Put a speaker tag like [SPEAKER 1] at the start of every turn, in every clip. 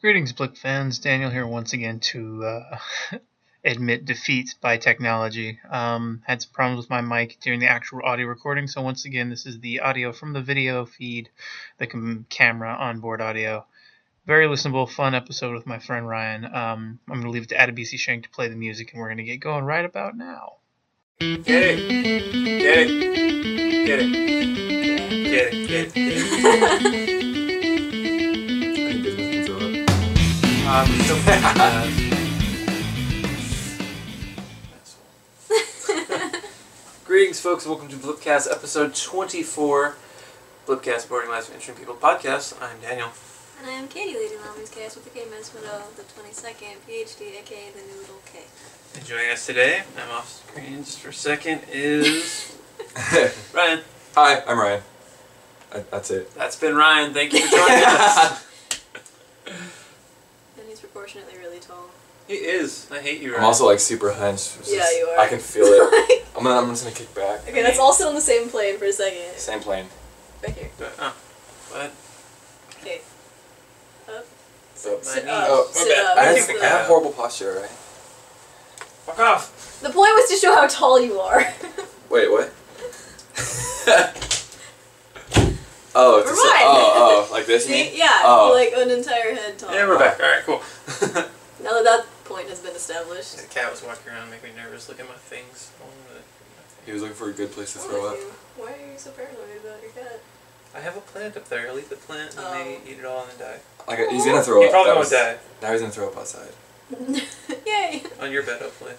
[SPEAKER 1] Greetings, Blick fans. Daniel here once again to uh, admit defeat by technology. Um, had some problems with my mic during the actual audio recording, so once again, this is the audio from the video feed, the com- camera onboard audio. Very listenable, fun episode with my friend Ryan. Um, I'm going to leave it to Adabisi Shank to play the music, and we're going to get going right about now.
[SPEAKER 2] Get it. Get it. Get it. Get it. Get it. Get it. um, so, uh, Greetings, folks. Welcome to Blipcast episode 24, Blipcast Boarding Lives of Interesting People podcast. I'm Daniel.
[SPEAKER 3] And I am Katie Lady Longman's cast with the K Management of the 22nd PhD, aka the new little K.
[SPEAKER 2] And joining us today, I'm off screen just for a second, is Ryan.
[SPEAKER 4] Hi, I'm Ryan. I, that's it.
[SPEAKER 2] That's been Ryan. Thank you for joining us.
[SPEAKER 3] And he's proportionately really tall.
[SPEAKER 2] He is. I hate you, Ryan.
[SPEAKER 4] I'm also like super hunched. which is-
[SPEAKER 3] Yeah, you are.
[SPEAKER 4] I can feel it. I'm gonna, I'm just gonna kick back.
[SPEAKER 3] okay, let's all sit on the same plane for a second.
[SPEAKER 4] Same plane.
[SPEAKER 3] Right here.
[SPEAKER 2] But, oh, but
[SPEAKER 3] Okay. Up.
[SPEAKER 4] So,
[SPEAKER 2] My
[SPEAKER 3] Sit
[SPEAKER 2] knees.
[SPEAKER 3] up.
[SPEAKER 4] Oh,
[SPEAKER 3] sit
[SPEAKER 2] my bad.
[SPEAKER 3] up.
[SPEAKER 4] I,
[SPEAKER 3] That's
[SPEAKER 4] have, I have
[SPEAKER 3] the,
[SPEAKER 4] horrible posture, right?
[SPEAKER 2] fuck off.
[SPEAKER 3] the point was to show how tall you are.
[SPEAKER 4] Wait, what? oh, it's a,
[SPEAKER 3] Ryan.
[SPEAKER 4] oh, oh, like this? you mean?
[SPEAKER 3] See? Yeah,
[SPEAKER 4] Oh.
[SPEAKER 3] you're like an entire head tall.
[SPEAKER 2] Yeah, we're back. All right, cool.
[SPEAKER 3] Now that that point has been established.
[SPEAKER 2] the cat was walking around, making me nervous. Look at my things. all over the-
[SPEAKER 4] He was looking for a good place to
[SPEAKER 3] What's
[SPEAKER 4] throw
[SPEAKER 3] wrong
[SPEAKER 4] up.
[SPEAKER 3] with you? Why are you so paranoid about your cat?
[SPEAKER 2] I have a plant up there. I'll eat the plant and they
[SPEAKER 3] Oh.
[SPEAKER 2] eat it all and then die.
[SPEAKER 4] Like he's gonna throw
[SPEAKER 2] he
[SPEAKER 4] up.
[SPEAKER 2] probably
[SPEAKER 4] That
[SPEAKER 2] won't
[SPEAKER 4] was-
[SPEAKER 2] die
[SPEAKER 4] Now he's gonna throw up outside.
[SPEAKER 3] Yay!
[SPEAKER 2] on your bed, hopefully.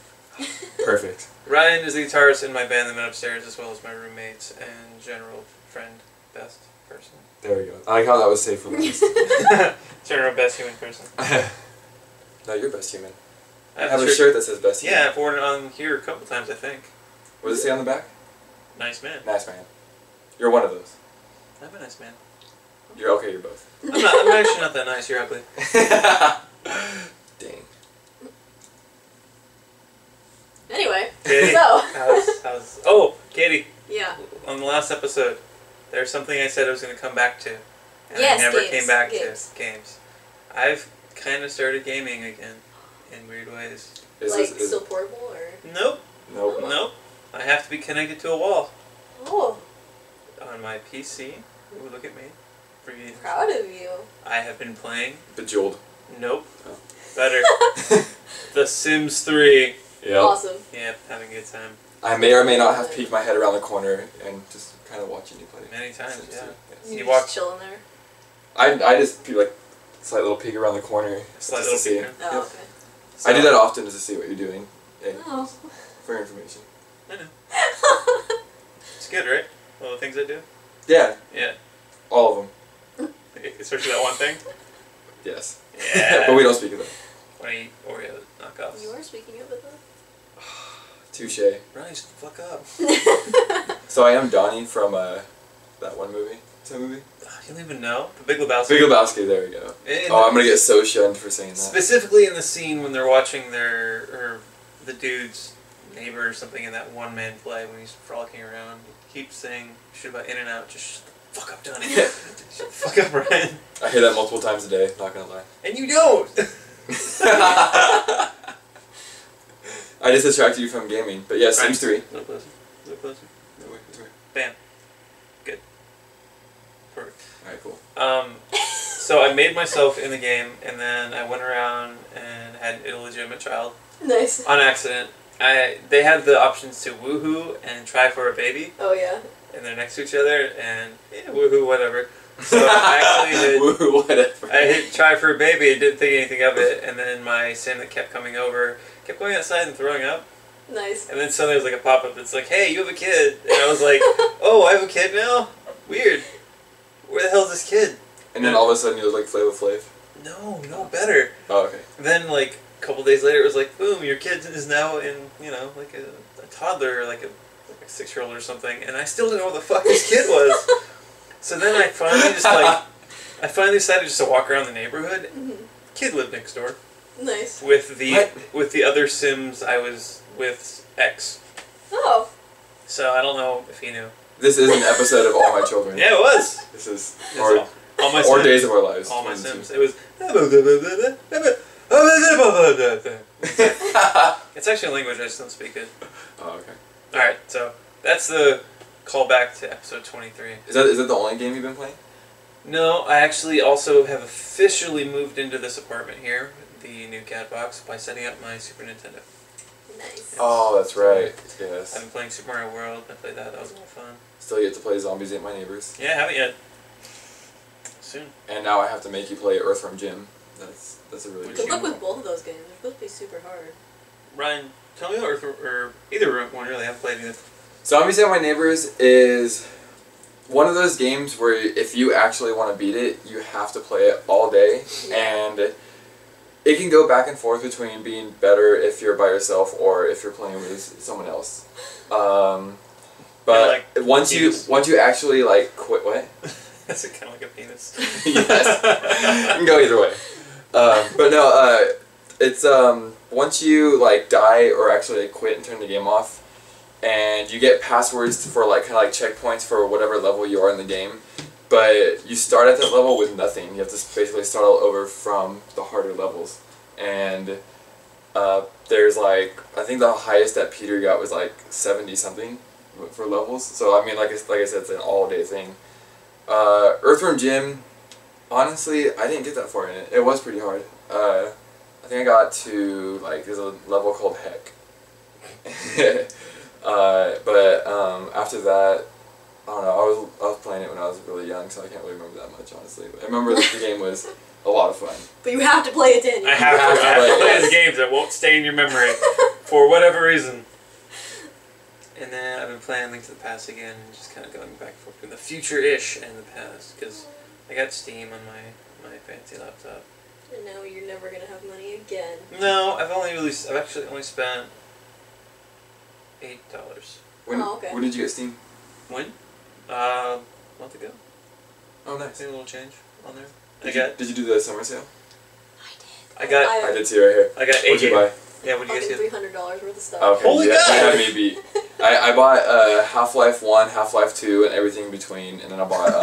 [SPEAKER 4] Perfect.
[SPEAKER 2] Ryan is the guitarist in my band, the men upstairs, as well as my roommates and general friend, best person,
[SPEAKER 4] There we go. I like how that was safe for last.
[SPEAKER 2] general best human person.
[SPEAKER 4] no, you're best human.
[SPEAKER 2] I
[SPEAKER 4] I have a shirt that says best
[SPEAKER 2] Yeah,
[SPEAKER 4] human.
[SPEAKER 2] I've worn it on here a couple times, I think.
[SPEAKER 4] What does it say on the back?
[SPEAKER 2] Nice man.
[SPEAKER 4] Nice man. You're one of those.
[SPEAKER 2] I'm a nice man.
[SPEAKER 4] You're okay. You're both.
[SPEAKER 2] I'm, not, I'm actually not that nice. You're ugly.
[SPEAKER 4] Dang.
[SPEAKER 3] anyway,
[SPEAKER 2] Katie,
[SPEAKER 3] so.
[SPEAKER 2] how's, how's, oh, Katie,
[SPEAKER 3] yeah.
[SPEAKER 2] on the last episode, there's something I said I was going to come back to, and
[SPEAKER 3] Yes,
[SPEAKER 2] I never
[SPEAKER 3] games,
[SPEAKER 2] came back
[SPEAKER 3] games.
[SPEAKER 2] to games. I've kind of started gaming again in weird ways.
[SPEAKER 4] Is
[SPEAKER 3] like,
[SPEAKER 4] this, is,
[SPEAKER 3] still portable or.
[SPEAKER 2] Nope,
[SPEAKER 4] nope.
[SPEAKER 2] nope. I have to be connected to a wall
[SPEAKER 3] Oh,
[SPEAKER 2] on my PC. Ooh, look at me. For years.
[SPEAKER 3] proud of you.
[SPEAKER 2] I have been playing.
[SPEAKER 4] Bejeweled.
[SPEAKER 2] Nope.
[SPEAKER 4] Oh.
[SPEAKER 2] Better. the Sims 3.
[SPEAKER 4] Yeah.
[SPEAKER 3] Awesome.
[SPEAKER 2] Yep, having a good time.
[SPEAKER 4] I may or may not have peeked my head around the corner and just kind of watching you play.
[SPEAKER 2] Many times,
[SPEAKER 4] Sims
[SPEAKER 2] yeah.
[SPEAKER 4] two, yes.
[SPEAKER 2] You
[SPEAKER 3] You
[SPEAKER 2] walk-
[SPEAKER 3] just chilling there.
[SPEAKER 4] I, I just peek, like slight little peek around the corner
[SPEAKER 2] Slight
[SPEAKER 4] just
[SPEAKER 2] little
[SPEAKER 4] to see.
[SPEAKER 2] peek around.
[SPEAKER 3] Oh,
[SPEAKER 4] Yep. I do
[SPEAKER 2] So-
[SPEAKER 4] that often just to see what you're doing and
[SPEAKER 3] okay. Oh.
[SPEAKER 4] for information.
[SPEAKER 2] It's good, right? All the things I do?
[SPEAKER 4] Yeah,
[SPEAKER 2] Yeah.
[SPEAKER 4] all of them.
[SPEAKER 2] Especially that one thing.
[SPEAKER 4] Yes.
[SPEAKER 2] Yeah.
[SPEAKER 4] but we don't speak of them.
[SPEAKER 2] When I eat Oreo knockoffs.
[SPEAKER 3] you are speaking of it
[SPEAKER 4] Touche.
[SPEAKER 2] Ryan, shut the fuck up.
[SPEAKER 3] though.
[SPEAKER 4] So I am Donnie from uh, that one movie. Is that a movie?
[SPEAKER 2] Ah, You don't even know. The Big Lebowski.
[SPEAKER 4] Big Lebowski. There we go.
[SPEAKER 2] In-
[SPEAKER 4] Oh, I'm gonna get so shunned for saying that.
[SPEAKER 2] Specifically in the scene when they're watching their, or the dude's neighbor or something in that one man play when he's frolicking around. He keeps saying shit about In and Out. Just shut the fuck up, Donnie. shut the fuck up, Ryan.
[SPEAKER 4] I hear that multiple times a day. Not gonna lie.
[SPEAKER 2] And you don't!
[SPEAKER 4] I just distracted you from gaming, but yeah, Sims 3.
[SPEAKER 2] A little closer. A little closer. Perfect.
[SPEAKER 4] Alright, cool.
[SPEAKER 2] Um, so I made myself in the game, and then I went around and had an illegitimate child
[SPEAKER 3] nice.
[SPEAKER 2] on accident. I they had the options to woohoo and try for a baby,
[SPEAKER 3] Oh yeah.
[SPEAKER 2] and they're next to each other, and yeah, woohoo, whatever. So I actually did.
[SPEAKER 4] Woo, whatever.
[SPEAKER 2] I hit try for a baby, I didn't think anything of it, and then my sim that kept coming over kept going outside and throwing up,
[SPEAKER 3] Nice.
[SPEAKER 2] and then suddenly there was like a pop up that's like, hey, you have a kid, and I was like, oh, I have a kid now? Weird. Where the hell is this kid?
[SPEAKER 4] and then all of a sudden you look like Flava Flav.
[SPEAKER 2] No, no better.
[SPEAKER 4] Oh, okay.
[SPEAKER 2] then like a couple days later it was like boom your kid is now in you know like a, a toddler or like a, like a six year old or something and i still didn't know what the fuck this kid was so then i finally just like i finally decided just to walk around the neighborhood
[SPEAKER 3] Mhm.
[SPEAKER 2] kid lived next door
[SPEAKER 3] Nice.
[SPEAKER 2] with the
[SPEAKER 4] What?
[SPEAKER 2] with the other sims i was with x
[SPEAKER 3] Oh.
[SPEAKER 2] so i don't know if he knew
[SPEAKER 4] This is an episode of All My Children.
[SPEAKER 2] yeah it was
[SPEAKER 4] This is.
[SPEAKER 2] It's
[SPEAKER 4] Or
[SPEAKER 2] all- All my
[SPEAKER 4] or
[SPEAKER 2] Sims.
[SPEAKER 4] Days of Our Lives.
[SPEAKER 2] All my
[SPEAKER 4] One and
[SPEAKER 2] Sims. It was. It's
[SPEAKER 4] two. oh,
[SPEAKER 2] actually a language I just don't speak it.
[SPEAKER 4] okay.
[SPEAKER 2] All right, so that's the callback to episode twenty-three.
[SPEAKER 4] Is that is that the only game you've been playing?
[SPEAKER 2] No, I actually also have officially moved into this apartment here, the new cat box, by setting up my Super Nintendo.
[SPEAKER 3] Nice.
[SPEAKER 4] Oh, that's right.
[SPEAKER 2] I've
[SPEAKER 4] Yes.
[SPEAKER 2] been playing Super Mario World. I played that. That was a lot of fun.
[SPEAKER 4] Still yet to play Zombies Ate My Neighbors,
[SPEAKER 2] Yeah, haven't yet. Soon.
[SPEAKER 4] and now I have to make you play Earthworm Jim. That's that's a really
[SPEAKER 2] Would you-
[SPEAKER 4] good
[SPEAKER 3] Good luck
[SPEAKER 4] game.
[SPEAKER 3] with both of those games. They're supposed to be super hard.
[SPEAKER 2] Ryan, tell me about Earth or either one really. I haven't played either.
[SPEAKER 4] Zombies Ate My Neighbors is one of those games where if you actually want to beat it, you have to play it all day, and it can go back and forth between being better if you're by yourself or if you're playing with someone else. Um, but
[SPEAKER 2] like,
[SPEAKER 4] once you
[SPEAKER 2] penis.
[SPEAKER 4] once you actually like quit, what?
[SPEAKER 2] That's kind of like a penis.
[SPEAKER 4] yes. can go either way. Uh, but no, uh, it's um, once you like die or actually quit and turn the game off, and you get passwords for like kind of like checkpoints for whatever level you are in the game. But you start at that level with nothing. You have to s- basically start all over from the harder levels. And uh, there's like I think the highest that Peter got was like seventy something for levels. So I mean, like I, like I said, it's an all day thing. Uh, Earthworm Jim, honestly, I didn't get that far in it. It was pretty hard. Uh, I think I got to like there's a level called Heck. uh, but um, after that, I don't know. I was I was playing it when I was really young, so I can't really remember that much honestly. I remember that the game was a lot of fun.
[SPEAKER 3] But you have to play it, didn't you?
[SPEAKER 2] I have
[SPEAKER 4] have
[SPEAKER 2] to,
[SPEAKER 4] to
[SPEAKER 2] I have to
[SPEAKER 4] play
[SPEAKER 2] play
[SPEAKER 4] it.
[SPEAKER 2] the games that won't stay in your memory for whatever reason. And then I've been playing Link to the Past again, and just kind of going back and forth between the future-ish and the past, because I got Steam on my my fancy laptop.
[SPEAKER 3] And now you're never gonna have money again.
[SPEAKER 2] No, I've only really, I've actually only spent eight dollars.
[SPEAKER 4] When,
[SPEAKER 3] Oh, okay.
[SPEAKER 4] when did you get Steam?
[SPEAKER 2] When? Uh, a month ago.
[SPEAKER 4] Oh,
[SPEAKER 2] I
[SPEAKER 4] nice.
[SPEAKER 2] think a little change on there. I
[SPEAKER 4] Did you,
[SPEAKER 2] got,
[SPEAKER 4] did you do the summer sale?
[SPEAKER 2] I got,
[SPEAKER 3] Uh,
[SPEAKER 4] I did too, right here.
[SPEAKER 2] I got eight.
[SPEAKER 4] What'd you buy?
[SPEAKER 2] Yeah, what do you guys
[SPEAKER 3] Fucking
[SPEAKER 2] get?
[SPEAKER 3] three hundred dollars worth of stuff.
[SPEAKER 4] Okay,
[SPEAKER 2] Holy
[SPEAKER 4] yeah,
[SPEAKER 2] God!
[SPEAKER 4] you had me beat. I, I bought uh, Half Life 1, Half Life 2, and everything in between, and then I bought.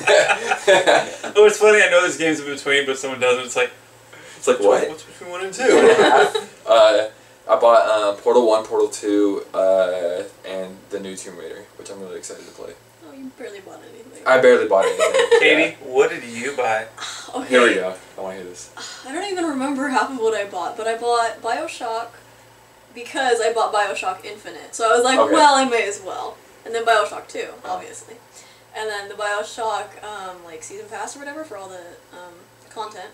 [SPEAKER 4] Um, it's
[SPEAKER 2] Oh, it's funny. I know this game's in between, but if someone doesn't. It's like,
[SPEAKER 4] like, what?
[SPEAKER 2] What's between one and two?
[SPEAKER 4] uh, I bought um, Portal 1, Portal 2, uh, and the new Tomb Raider, which I'm really excited to play.
[SPEAKER 3] Oh, you barely bought anything.
[SPEAKER 4] I barely bought anything.
[SPEAKER 2] Katie, what did you buy?
[SPEAKER 4] Yeah.
[SPEAKER 3] okay.
[SPEAKER 4] Here we go. I want to hear this.
[SPEAKER 3] I don't even remember half of what I bought, but I bought Bioshock because I bought Bioshock Infinite. So I was like,
[SPEAKER 4] Okay.
[SPEAKER 3] well, I may as well. And then Bioshock 2, obviously. And then the Bioshock, um, like, season pass or whatever for all the um, content.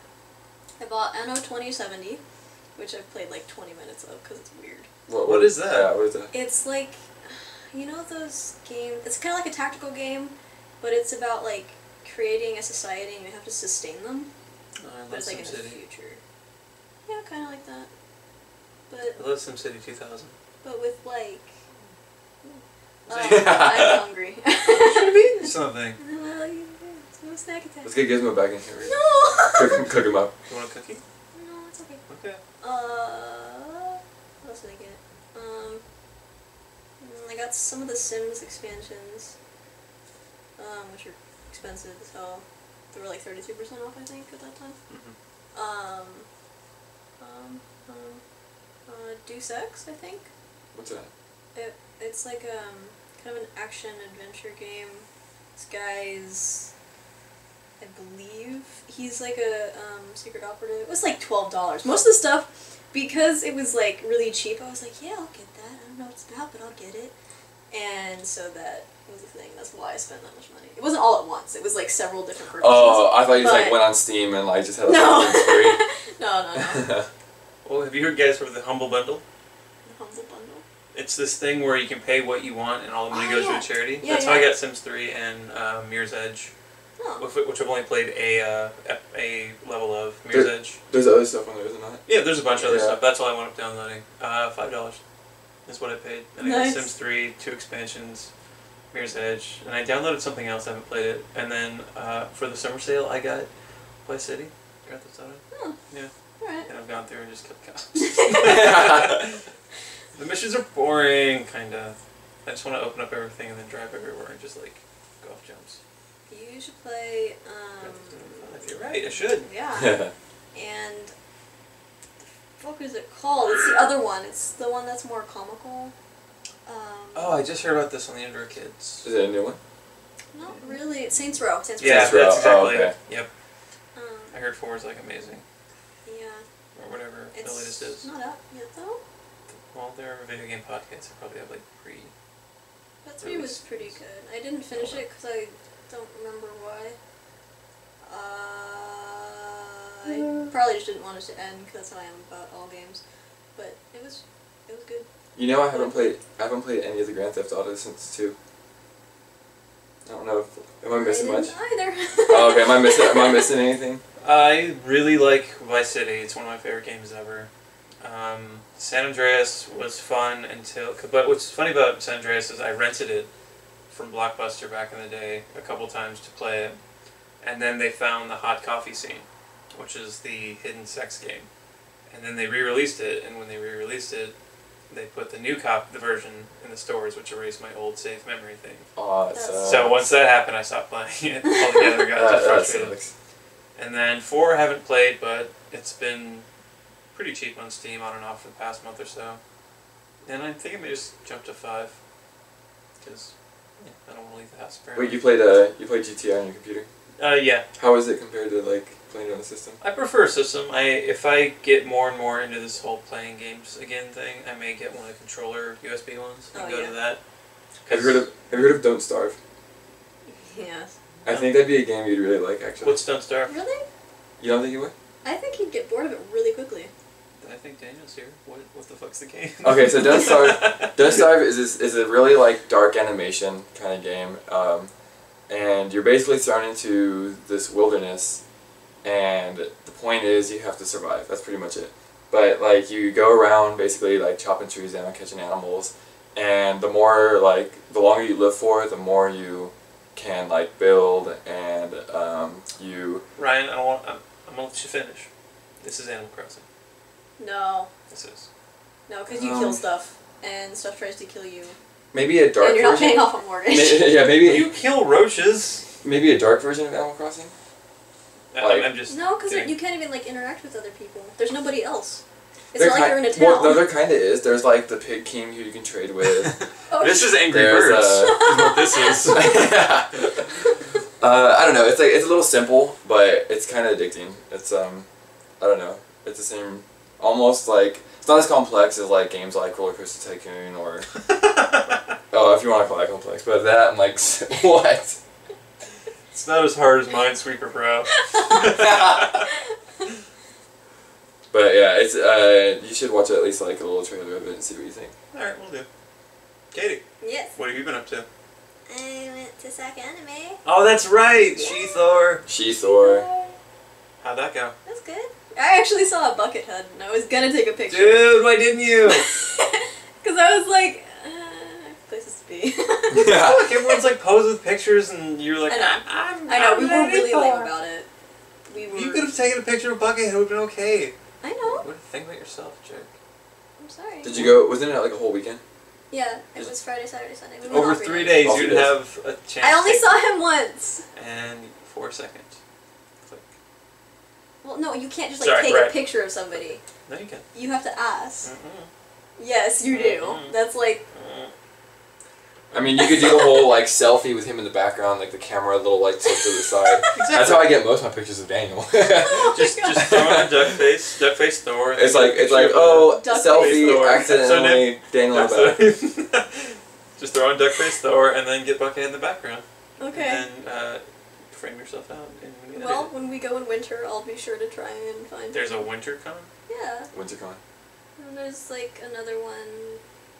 [SPEAKER 3] I bought Anno 2070, which I've played like 20 minutes of because it's weird.
[SPEAKER 4] What,
[SPEAKER 2] What is that?
[SPEAKER 4] Yeah, what is that?
[SPEAKER 3] It's like, you know, those games. It's kind of like a tactical game, but it's about like creating a society and you have to sustain them.
[SPEAKER 2] I
[SPEAKER 3] But
[SPEAKER 2] Uh, love
[SPEAKER 3] it's like in the
[SPEAKER 2] SimCity.
[SPEAKER 3] future. Yeah, kind of like that. But
[SPEAKER 2] I love SimCity 2000.
[SPEAKER 3] but with like.
[SPEAKER 2] So-
[SPEAKER 3] Oh, I'm hungry.
[SPEAKER 2] Something.
[SPEAKER 3] Well, you- it's no snack attack.
[SPEAKER 4] Let's get Gizmo back in here.
[SPEAKER 3] No.
[SPEAKER 4] Cook, him- cook him up.
[SPEAKER 2] You want a cookie?
[SPEAKER 3] no, it's okay.
[SPEAKER 2] Okay.
[SPEAKER 3] Uh, what else did I get? Um, mm, I got some of the Sims expansions, um, which are expensive as hell. They were like thirty-two percent off, I think, at that time.
[SPEAKER 2] Mm-hmm.
[SPEAKER 3] Um, um, um, uh, Deus Ex, I think.
[SPEAKER 4] What's that?
[SPEAKER 3] It, it's like um kind of an action adventure game. This guy's, I believe, he's like a um, secret operative. It was like twelve dollars. Most of the stuff, because it was like really cheap, I was like, yeah, I'll get that. I don't know what it's about, but I'll get it. And so that was the thing. That's why I spent that much money. It wasn't all at once. It was like several different purchases.
[SPEAKER 4] Oh, I thought you just like
[SPEAKER 3] But-
[SPEAKER 4] went on Steam and like just had a
[SPEAKER 3] no.
[SPEAKER 4] free.
[SPEAKER 3] no, no, no.
[SPEAKER 2] Well, have you heard guys from the Humble Bundle?
[SPEAKER 3] Humble bundle.
[SPEAKER 2] It's this thing where you can pay what you want and all the money
[SPEAKER 3] Oh,
[SPEAKER 2] goes to
[SPEAKER 3] yeah.
[SPEAKER 2] a charity.
[SPEAKER 3] Yeah,
[SPEAKER 2] That's how I
[SPEAKER 3] yeah.
[SPEAKER 2] got Sims 3 and uh, Mirror's Edge,
[SPEAKER 3] Oh.
[SPEAKER 2] which which I've only played a, uh, ep- a level of. Mirror's Edge.
[SPEAKER 4] There's other stuff on there, isn't there?
[SPEAKER 2] Yeah, there's a bunch of other
[SPEAKER 4] Yeah.
[SPEAKER 2] stuff. That's all I wound up downloading. Uh, Five dollars is what I paid. And I got
[SPEAKER 3] Nice.
[SPEAKER 2] Sims Three, two expansions, Mirror's Edge, and I downloaded something else. I haven't played it. And then uh, for the summer sale, I got Play City, Grand Theft Auto,
[SPEAKER 3] Huh.
[SPEAKER 2] Yeah.
[SPEAKER 3] All right.
[SPEAKER 2] and I've gone through and just kept going.
[SPEAKER 4] not?
[SPEAKER 2] The missions are boring, kind of. I just want to open up everything and then drive everywhere and just like golf jumps.
[SPEAKER 3] You should play. Um,
[SPEAKER 2] If You're right. I should.
[SPEAKER 3] yeah.
[SPEAKER 4] Yeah.
[SPEAKER 3] and what is it called? It's the other one. It's the one that's more comical. Um,
[SPEAKER 2] Oh, I just heard about this on the Indoor Kids.
[SPEAKER 4] Is it a new one?
[SPEAKER 3] Not really. It's Saints Row. Saints Row.
[SPEAKER 2] Yeah,
[SPEAKER 4] Saints Row.
[SPEAKER 2] that's
[SPEAKER 4] Oh,
[SPEAKER 2] exactly. it.
[SPEAKER 4] okay.
[SPEAKER 2] Yep. I
[SPEAKER 3] Um,
[SPEAKER 2] heard four is like amazing
[SPEAKER 3] yeah.
[SPEAKER 2] or whatever the latest is.
[SPEAKER 3] It's not out yet though.
[SPEAKER 2] Well, there are video game podcasts. that probably have like pre.
[SPEAKER 3] But three was pretty good. I didn't finish it because I don't remember why. Uh, I probably just didn't want it to end because that's how I am about all games. But it was, it was good.
[SPEAKER 4] You know, I haven't played. I haven't played any of the Grand Theft Autos since two. I don't know. If, am I missing
[SPEAKER 3] I
[SPEAKER 4] much?
[SPEAKER 3] didn't Either.
[SPEAKER 4] Oh, okay. Am I missing? Am I missing anything?
[SPEAKER 2] I really like Vice City. It's one of my favorite games ever. Um, San Andreas was fun until. But what's funny about San Andreas is I rented it from Blockbuster back in the day a couple times to play it, and then they found the hot coffee scene, which is the hidden sex game, and then they re-released it. And when they re-released it, they put the new cop the version in the stores, which erased my old save memory thing.
[SPEAKER 4] Oh,
[SPEAKER 3] That's-
[SPEAKER 4] uh,
[SPEAKER 2] So once that happened, I stopped playing it altogether. Got
[SPEAKER 4] that,
[SPEAKER 2] too
[SPEAKER 4] that
[SPEAKER 2] frustrated.
[SPEAKER 4] sucks.
[SPEAKER 2] And then four I haven't played, but it's been pretty cheap on Steam on and off for the past month or so. And I think I may just jump to five because I don't want to leave the house. Apparently.
[SPEAKER 4] Wait, you played uh, you played GTA on your computer.
[SPEAKER 2] Uh, yeah,
[SPEAKER 4] How is it compared to like playing it on the system?
[SPEAKER 2] I prefer a system. I if I get more and more into this whole playing games again thing, I may get one of the controller USB ones and
[SPEAKER 3] Oh,
[SPEAKER 2] go
[SPEAKER 3] yeah.
[SPEAKER 2] to that.
[SPEAKER 4] Have you heard of Have you heard of Don't Starve?
[SPEAKER 3] yes.
[SPEAKER 4] I think that'd be a game you'd really like. Actually,
[SPEAKER 2] what's Don't Starve?
[SPEAKER 3] Really?
[SPEAKER 4] you don't think you would?
[SPEAKER 3] I think he'd get bored of it really quickly.
[SPEAKER 2] I think Daniel's here. What what the fuck's the game?
[SPEAKER 4] Okay, so Don't
[SPEAKER 2] Starve.
[SPEAKER 4] Death Dive is this, is a really like dark animation kind of game, um, and you're basically thrown into this wilderness, and the point is you have to survive. That's pretty much it. But like you go around basically like chopping trees down, catching animals, and the more like the longer you live for, the more you can like build and um, you.
[SPEAKER 2] Ryan, I want. I'm, I'm gonna let you finish. This is Animal Crossing.
[SPEAKER 3] No,
[SPEAKER 2] This is.
[SPEAKER 3] no, because you
[SPEAKER 2] Oh.
[SPEAKER 4] Um,
[SPEAKER 3] kill stuff, and stuff tries to kill you,
[SPEAKER 4] Maybe a dark
[SPEAKER 3] and you're not
[SPEAKER 4] version.
[SPEAKER 3] paying off a mortgage.
[SPEAKER 4] May- yeah, maybe
[SPEAKER 2] You kill roaches.
[SPEAKER 4] maybe a dark version of Animal Crossing.
[SPEAKER 2] I-
[SPEAKER 4] Like-
[SPEAKER 2] I'm just.
[SPEAKER 3] no, because
[SPEAKER 2] kidding.
[SPEAKER 3] you can't even like interact with other people. There's nobody else. It's
[SPEAKER 4] There
[SPEAKER 3] not like
[SPEAKER 4] ki-
[SPEAKER 3] you're in a town.
[SPEAKER 4] Well, no, there kind of is. There's like the pig king who you can trade with.
[SPEAKER 3] oh,
[SPEAKER 2] this is Angry
[SPEAKER 4] There's,
[SPEAKER 2] Birds.
[SPEAKER 4] uh,
[SPEAKER 2] is what this is.
[SPEAKER 4] uh, I don't know. It's like it's a little simple, but it's kind of addicting. It's um, I don't know. It's the same, almost like it's not as complex as like games like Roller Coaster Tycoon or oh, if you want to call that complex, but that I'm like what?
[SPEAKER 2] it's not as hard as Minesweeper, bro.
[SPEAKER 4] But yeah, it's uh, you should watch at least like a little trailer of it and see what you think.
[SPEAKER 2] All right, we'll do. Katie,
[SPEAKER 3] yes.
[SPEAKER 2] what have you been up to?
[SPEAKER 3] I went to Sac Anime.
[SPEAKER 2] Oh, that's right,
[SPEAKER 3] She
[SPEAKER 2] Thor.
[SPEAKER 4] She Thor.
[SPEAKER 2] How'd that go,
[SPEAKER 3] That's good. I actually saw a bucket head, and I was gonna take a picture.
[SPEAKER 2] dude? Why didn't you?
[SPEAKER 3] Because I was like, uh, places to be.
[SPEAKER 2] Look, everyone's like posed with pictures, and you're like,
[SPEAKER 3] I know.
[SPEAKER 2] I'm. I'm
[SPEAKER 3] I know we
[SPEAKER 2] not
[SPEAKER 3] were really
[SPEAKER 2] Thor."
[SPEAKER 3] lame about it. We were.
[SPEAKER 2] You could have taken a picture of Bucket. It would have been okay.
[SPEAKER 3] I know.
[SPEAKER 2] What a thing about yourself, Jake.
[SPEAKER 3] I'm sorry.
[SPEAKER 4] Did you go? Wasn't it like a whole weekend?
[SPEAKER 3] Yeah, it was Friday, Saturday, Sunday. We went
[SPEAKER 2] Over
[SPEAKER 3] all
[SPEAKER 2] three days,
[SPEAKER 4] All
[SPEAKER 2] you'd
[SPEAKER 4] three days.
[SPEAKER 2] have a chance.
[SPEAKER 3] I only
[SPEAKER 2] to-
[SPEAKER 3] saw him once.
[SPEAKER 2] And four seconds. Click.
[SPEAKER 3] Well, no, you can't just like
[SPEAKER 2] Sorry,
[SPEAKER 3] take
[SPEAKER 2] right.
[SPEAKER 3] a picture of somebody.
[SPEAKER 2] No, you can.
[SPEAKER 3] You have to ask.
[SPEAKER 2] Mm-mm.
[SPEAKER 3] Yes, you do.
[SPEAKER 4] Mm-hmm.
[SPEAKER 2] Mhm.
[SPEAKER 3] That's like
[SPEAKER 4] I mean, you could do the whole like selfie with him in the background, like the camera a little like tilt to the side. That's how I get most of my pictures of Daniel.
[SPEAKER 3] Oh my
[SPEAKER 2] Just,
[SPEAKER 3] God.
[SPEAKER 2] just throw in a duck face, duck face Thor.
[SPEAKER 4] it's like it's like oh
[SPEAKER 3] Duck
[SPEAKER 4] selfie
[SPEAKER 2] face Thor.
[SPEAKER 4] accidentally Daniel in
[SPEAKER 2] Duck
[SPEAKER 4] the back.
[SPEAKER 2] face. just throw in duck face Thor, and then get Buckethead in the background,
[SPEAKER 3] okay.
[SPEAKER 2] and then uh, frame yourself out. And when you edit
[SPEAKER 3] Well, when we go in winter, I'll be sure to try and
[SPEAKER 2] it.
[SPEAKER 3] find.
[SPEAKER 2] there's a winter con.
[SPEAKER 3] yeah,
[SPEAKER 4] WinterCon.
[SPEAKER 3] and there's like another one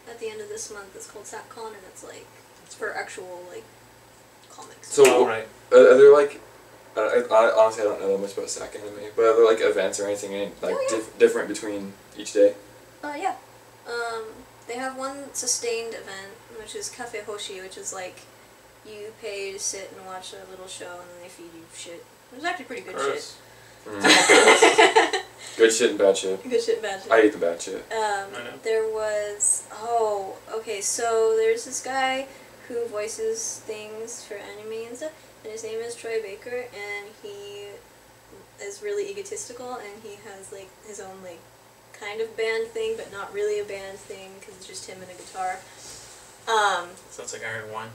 [SPEAKER 3] at the end of this month. It's called SatCon, and it's like it's for actual like comics.
[SPEAKER 4] So-
[SPEAKER 2] oh, right.
[SPEAKER 4] Are, are there like I, I, I honestly I don't know that much about SAC anime, but are there like events or anything any, like
[SPEAKER 3] Oh, yeah.
[SPEAKER 4] dif- different between each day?
[SPEAKER 3] Uh, yeah. Um, they have one sustained event, which is Cafe Hoshi, which is like you pay to sit and watch a little show, and then they feed you shit. It was actually pretty good
[SPEAKER 2] Gross.
[SPEAKER 4] Mm.
[SPEAKER 3] shit.
[SPEAKER 4] Good shit and bad shit.
[SPEAKER 3] good shit, bad shit.
[SPEAKER 4] I eat the bad shit.
[SPEAKER 3] Um,
[SPEAKER 2] I know.
[SPEAKER 3] there was oh okay so there's this guy who voices things for anime and stuff and his name is Troy Baker, and he is really egotistical, and he has like his own like kind of band thing, but not really a band thing because it's just him and a guitar. Um,
[SPEAKER 2] Sounds like Iron One.